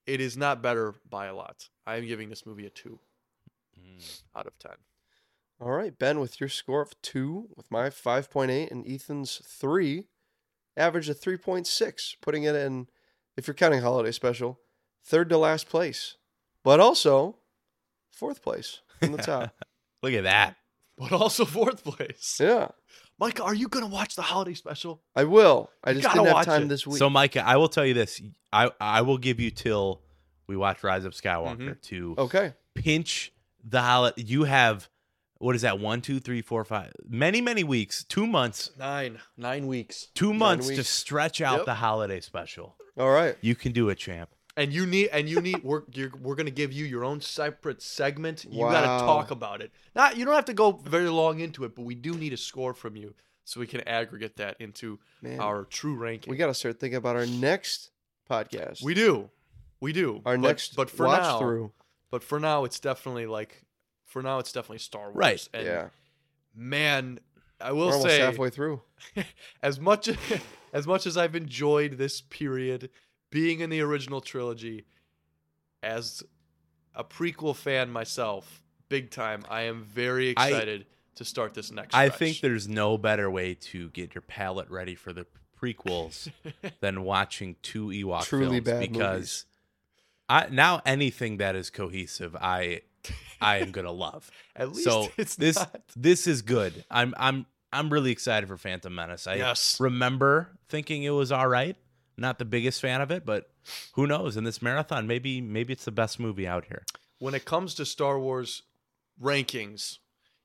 [SPEAKER 1] it is not better by a lot. I am giving this movie a two
[SPEAKER 3] Mm.
[SPEAKER 1] out of ten.
[SPEAKER 2] All right, Ben, with your score of two, with my five point eight and Ethan's three, average of three point six, putting it in, if you're counting holiday special, third to last place, but also fourth place in the top.
[SPEAKER 3] Look at that.
[SPEAKER 1] But also fourth place.
[SPEAKER 2] yeah.
[SPEAKER 1] Micah, are you gonna watch the holiday special?
[SPEAKER 2] I will. I
[SPEAKER 1] You
[SPEAKER 2] just
[SPEAKER 1] gotta
[SPEAKER 2] didn't have
[SPEAKER 1] watch
[SPEAKER 2] time
[SPEAKER 1] it.
[SPEAKER 2] this week.
[SPEAKER 3] So, Micah, I will tell you this: I I will give you till we watch Rise of Skywalker to
[SPEAKER 2] okay.
[SPEAKER 3] pinch the holiday. You have what is that? One, two, three, four, five. Many, many weeks. Two months.
[SPEAKER 1] Nine, nine weeks,
[SPEAKER 3] Two months to
[SPEAKER 2] weeks.
[SPEAKER 3] stretch out
[SPEAKER 1] Yep.
[SPEAKER 3] the holiday special.
[SPEAKER 2] All right.
[SPEAKER 3] You can do it, champ.
[SPEAKER 1] and you need, and you need. We're you're, we're gonna give you your own separate segment. You gotta
[SPEAKER 2] Wow.
[SPEAKER 1] talk about it. Not you don't have to go very long into it, but we do need a score from you so we can aggregate that into
[SPEAKER 2] Man.
[SPEAKER 1] our true ranking.
[SPEAKER 2] we got to start thinking about our next podcast.
[SPEAKER 1] We do. We do.
[SPEAKER 2] our
[SPEAKER 1] But-
[SPEAKER 2] next
[SPEAKER 1] but for
[SPEAKER 2] watch
[SPEAKER 1] now,
[SPEAKER 2] through.
[SPEAKER 1] but for now, it's definitely like, for now, it's definitely Star Wars.
[SPEAKER 3] Right.
[SPEAKER 1] And
[SPEAKER 2] yeah.
[SPEAKER 1] Man, I
[SPEAKER 2] We're
[SPEAKER 1] will
[SPEAKER 2] almost
[SPEAKER 1] say,
[SPEAKER 2] halfway through.
[SPEAKER 1] as much as much as I've enjoyed this period being in the original trilogy, as a prequel fan myself, big time, I am very
[SPEAKER 3] I-
[SPEAKER 1] excited to start this next.
[SPEAKER 3] I
[SPEAKER 1] stretch.
[SPEAKER 3] think there's no better way to get your palate ready for the prequels than watching two Ewok
[SPEAKER 2] Truly
[SPEAKER 3] films
[SPEAKER 2] bad
[SPEAKER 3] because I now anything that is cohesive, I I am gonna love.
[SPEAKER 1] at least
[SPEAKER 3] so
[SPEAKER 1] it's
[SPEAKER 3] this
[SPEAKER 1] not.
[SPEAKER 3] this is good. I'm I'm I'm really excited for Phantom Menace. I
[SPEAKER 1] Yes.
[SPEAKER 3] remember thinking it was all right. Not the biggest fan of it, but who knows? In this marathon, maybe maybe it's the best movie out here.
[SPEAKER 1] when it comes to Star Wars rankings,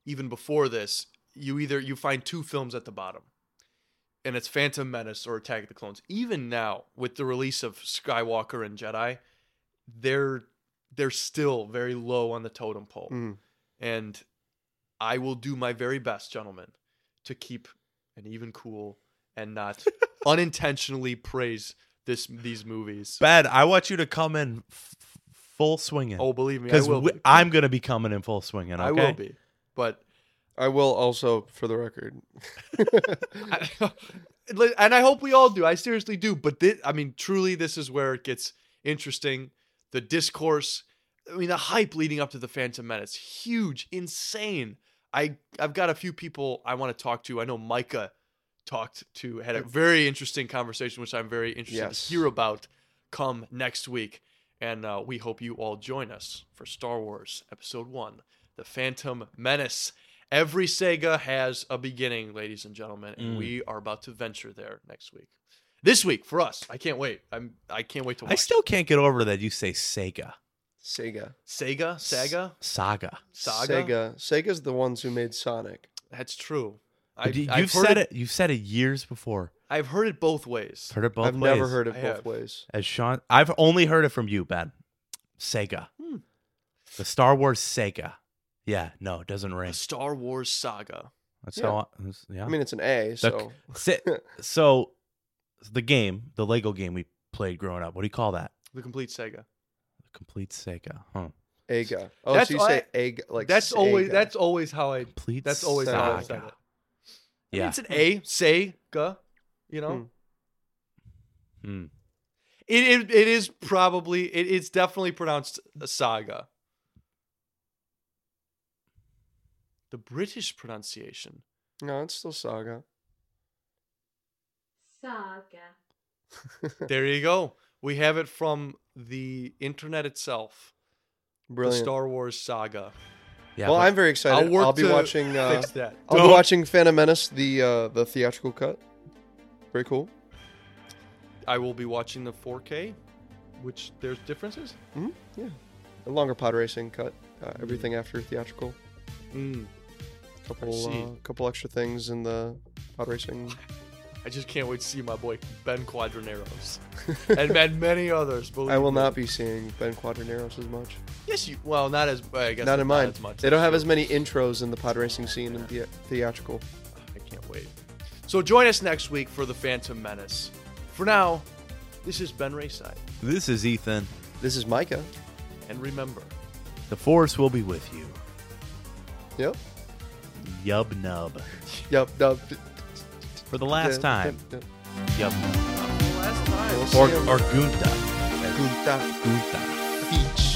[SPEAKER 1] even before this, you either you find two films at the bottom, and it's Phantom Menace or Attack of the Clones. Even now, with the release of Skywalker and Jedi, they're they're still very low on the totem pole,
[SPEAKER 2] Mm.
[SPEAKER 1] and I will do my very best, gentlemen, to keep an even cool and not unintentionally praise this these movies.
[SPEAKER 3] Ben, I want you to come in f- f- full swinging.
[SPEAKER 1] Oh, believe me, I
[SPEAKER 3] because
[SPEAKER 1] will. be.
[SPEAKER 3] I'm gonna be coming in full swinging. Okay?
[SPEAKER 1] I will be, but.
[SPEAKER 2] I will also, for the record.
[SPEAKER 1] I- li- and I hope we all do. I seriously do. But this, I mean, truly, this is where it gets interesting. The discourse, I mean, the hype leading up to the Phantom Menace, huge, insane. I I've got a few people I want to talk to. I know Micah talked to had a very interesting conversation, which I'm very interested
[SPEAKER 2] Yes.
[SPEAKER 1] to hear about come next week. And uh, we hope you all join us for Star Wars Episode One: The Phantom Menace. Every Sega has a beginning, ladies and gentlemen, and
[SPEAKER 3] Mm.
[SPEAKER 1] we are about to venture there next week. This week for us, I can't wait. I'm I can't wait to watch
[SPEAKER 3] I still can't get over that you say Sega.
[SPEAKER 2] Sega.
[SPEAKER 1] Sega, Saga,
[SPEAKER 3] Saga.
[SPEAKER 1] Saga.
[SPEAKER 2] Sega. Sega's the ones who made Sonic.
[SPEAKER 1] That's true. I,
[SPEAKER 3] But you-
[SPEAKER 1] I've
[SPEAKER 3] you've
[SPEAKER 1] heard
[SPEAKER 3] said it. You've said it years before.
[SPEAKER 1] I've heard it both ways.
[SPEAKER 3] Heard it both
[SPEAKER 2] I've
[SPEAKER 3] ways.
[SPEAKER 2] never heard it
[SPEAKER 1] I
[SPEAKER 2] both
[SPEAKER 1] have.
[SPEAKER 2] ways.
[SPEAKER 3] As Sean, I've only heard it from you, Ben. Sega.
[SPEAKER 1] Hmm.
[SPEAKER 3] The Star Wars Sega. Yeah. No, it doesn't
[SPEAKER 1] The
[SPEAKER 3] ring.
[SPEAKER 1] Star Wars Saga.
[SPEAKER 3] That's
[SPEAKER 2] Yeah.
[SPEAKER 3] how. I, that's- yeah.
[SPEAKER 2] I mean, it's an A, so
[SPEAKER 3] Si- so, the game, the Lego game we played growing up. What do you call that?
[SPEAKER 1] The complete Sega.
[SPEAKER 3] The complete Sega. Huh.
[SPEAKER 2] Aga. Oh,
[SPEAKER 1] That's
[SPEAKER 2] so you
[SPEAKER 1] all
[SPEAKER 2] say
[SPEAKER 1] I-
[SPEAKER 2] egg like
[SPEAKER 1] that's always
[SPEAKER 2] Sega.
[SPEAKER 1] that's always how I
[SPEAKER 3] Complete.
[SPEAKER 1] that's always how I
[SPEAKER 3] Saga.
[SPEAKER 1] said it. I mean,
[SPEAKER 3] Yeah.
[SPEAKER 1] it's an A, Sega, you know?
[SPEAKER 2] Hmm.
[SPEAKER 3] Hmm.
[SPEAKER 1] It, it it is probably it, it's definitely pronounced a saga. The British pronunciation.
[SPEAKER 2] no, it's still Saga.
[SPEAKER 4] Saga.
[SPEAKER 1] There you go. We have it from the internet itself.
[SPEAKER 2] Brilliant.
[SPEAKER 1] The Star Wars saga.
[SPEAKER 3] Yeah.
[SPEAKER 2] well,
[SPEAKER 3] but-
[SPEAKER 2] I'm very excited.
[SPEAKER 1] I'll work
[SPEAKER 2] I'll, be
[SPEAKER 1] to
[SPEAKER 2] watching. Uh,
[SPEAKER 1] Fix that.
[SPEAKER 2] I'll
[SPEAKER 3] Don't-
[SPEAKER 2] be watching Phantom Menace the uh, the theatrical cut. Very cool.
[SPEAKER 1] I will be watching the 4K, which there's differences.
[SPEAKER 2] A longer pod racing cut. Uh, everything after theatrical.
[SPEAKER 1] Mm.
[SPEAKER 2] Couple
[SPEAKER 1] see.
[SPEAKER 2] uh, couple extra things in the pod racing.
[SPEAKER 1] I just can't wait to see my boy Ben Quadraneros and, and many others. Believe
[SPEAKER 2] I will
[SPEAKER 1] me.
[SPEAKER 2] not be seeing Ben Quadraneros as much.
[SPEAKER 1] Yes, you. Well, not as. I guess
[SPEAKER 2] Not in mine.
[SPEAKER 1] As much,
[SPEAKER 2] They don't
[SPEAKER 1] that's
[SPEAKER 2] have
[SPEAKER 1] true.
[SPEAKER 2] as many intros in the pod racing scene in the theatrical.
[SPEAKER 1] I can't wait. So join us next week for the Phantom Menace. For now, this is Ben Rayside,
[SPEAKER 3] This is Ethan.
[SPEAKER 2] This is Micah.
[SPEAKER 1] and remember.
[SPEAKER 3] The force will be with you.
[SPEAKER 2] Yep.
[SPEAKER 3] Yub nub.
[SPEAKER 2] Yep. Dub.
[SPEAKER 3] For the last
[SPEAKER 2] Yep,
[SPEAKER 3] time.
[SPEAKER 2] yep, yep.
[SPEAKER 3] Yub nub.
[SPEAKER 1] Last time.
[SPEAKER 2] We'll see
[SPEAKER 3] Or,
[SPEAKER 2] ya.
[SPEAKER 3] or Gunta.
[SPEAKER 2] Gunta
[SPEAKER 3] Gunta.
[SPEAKER 2] Beach.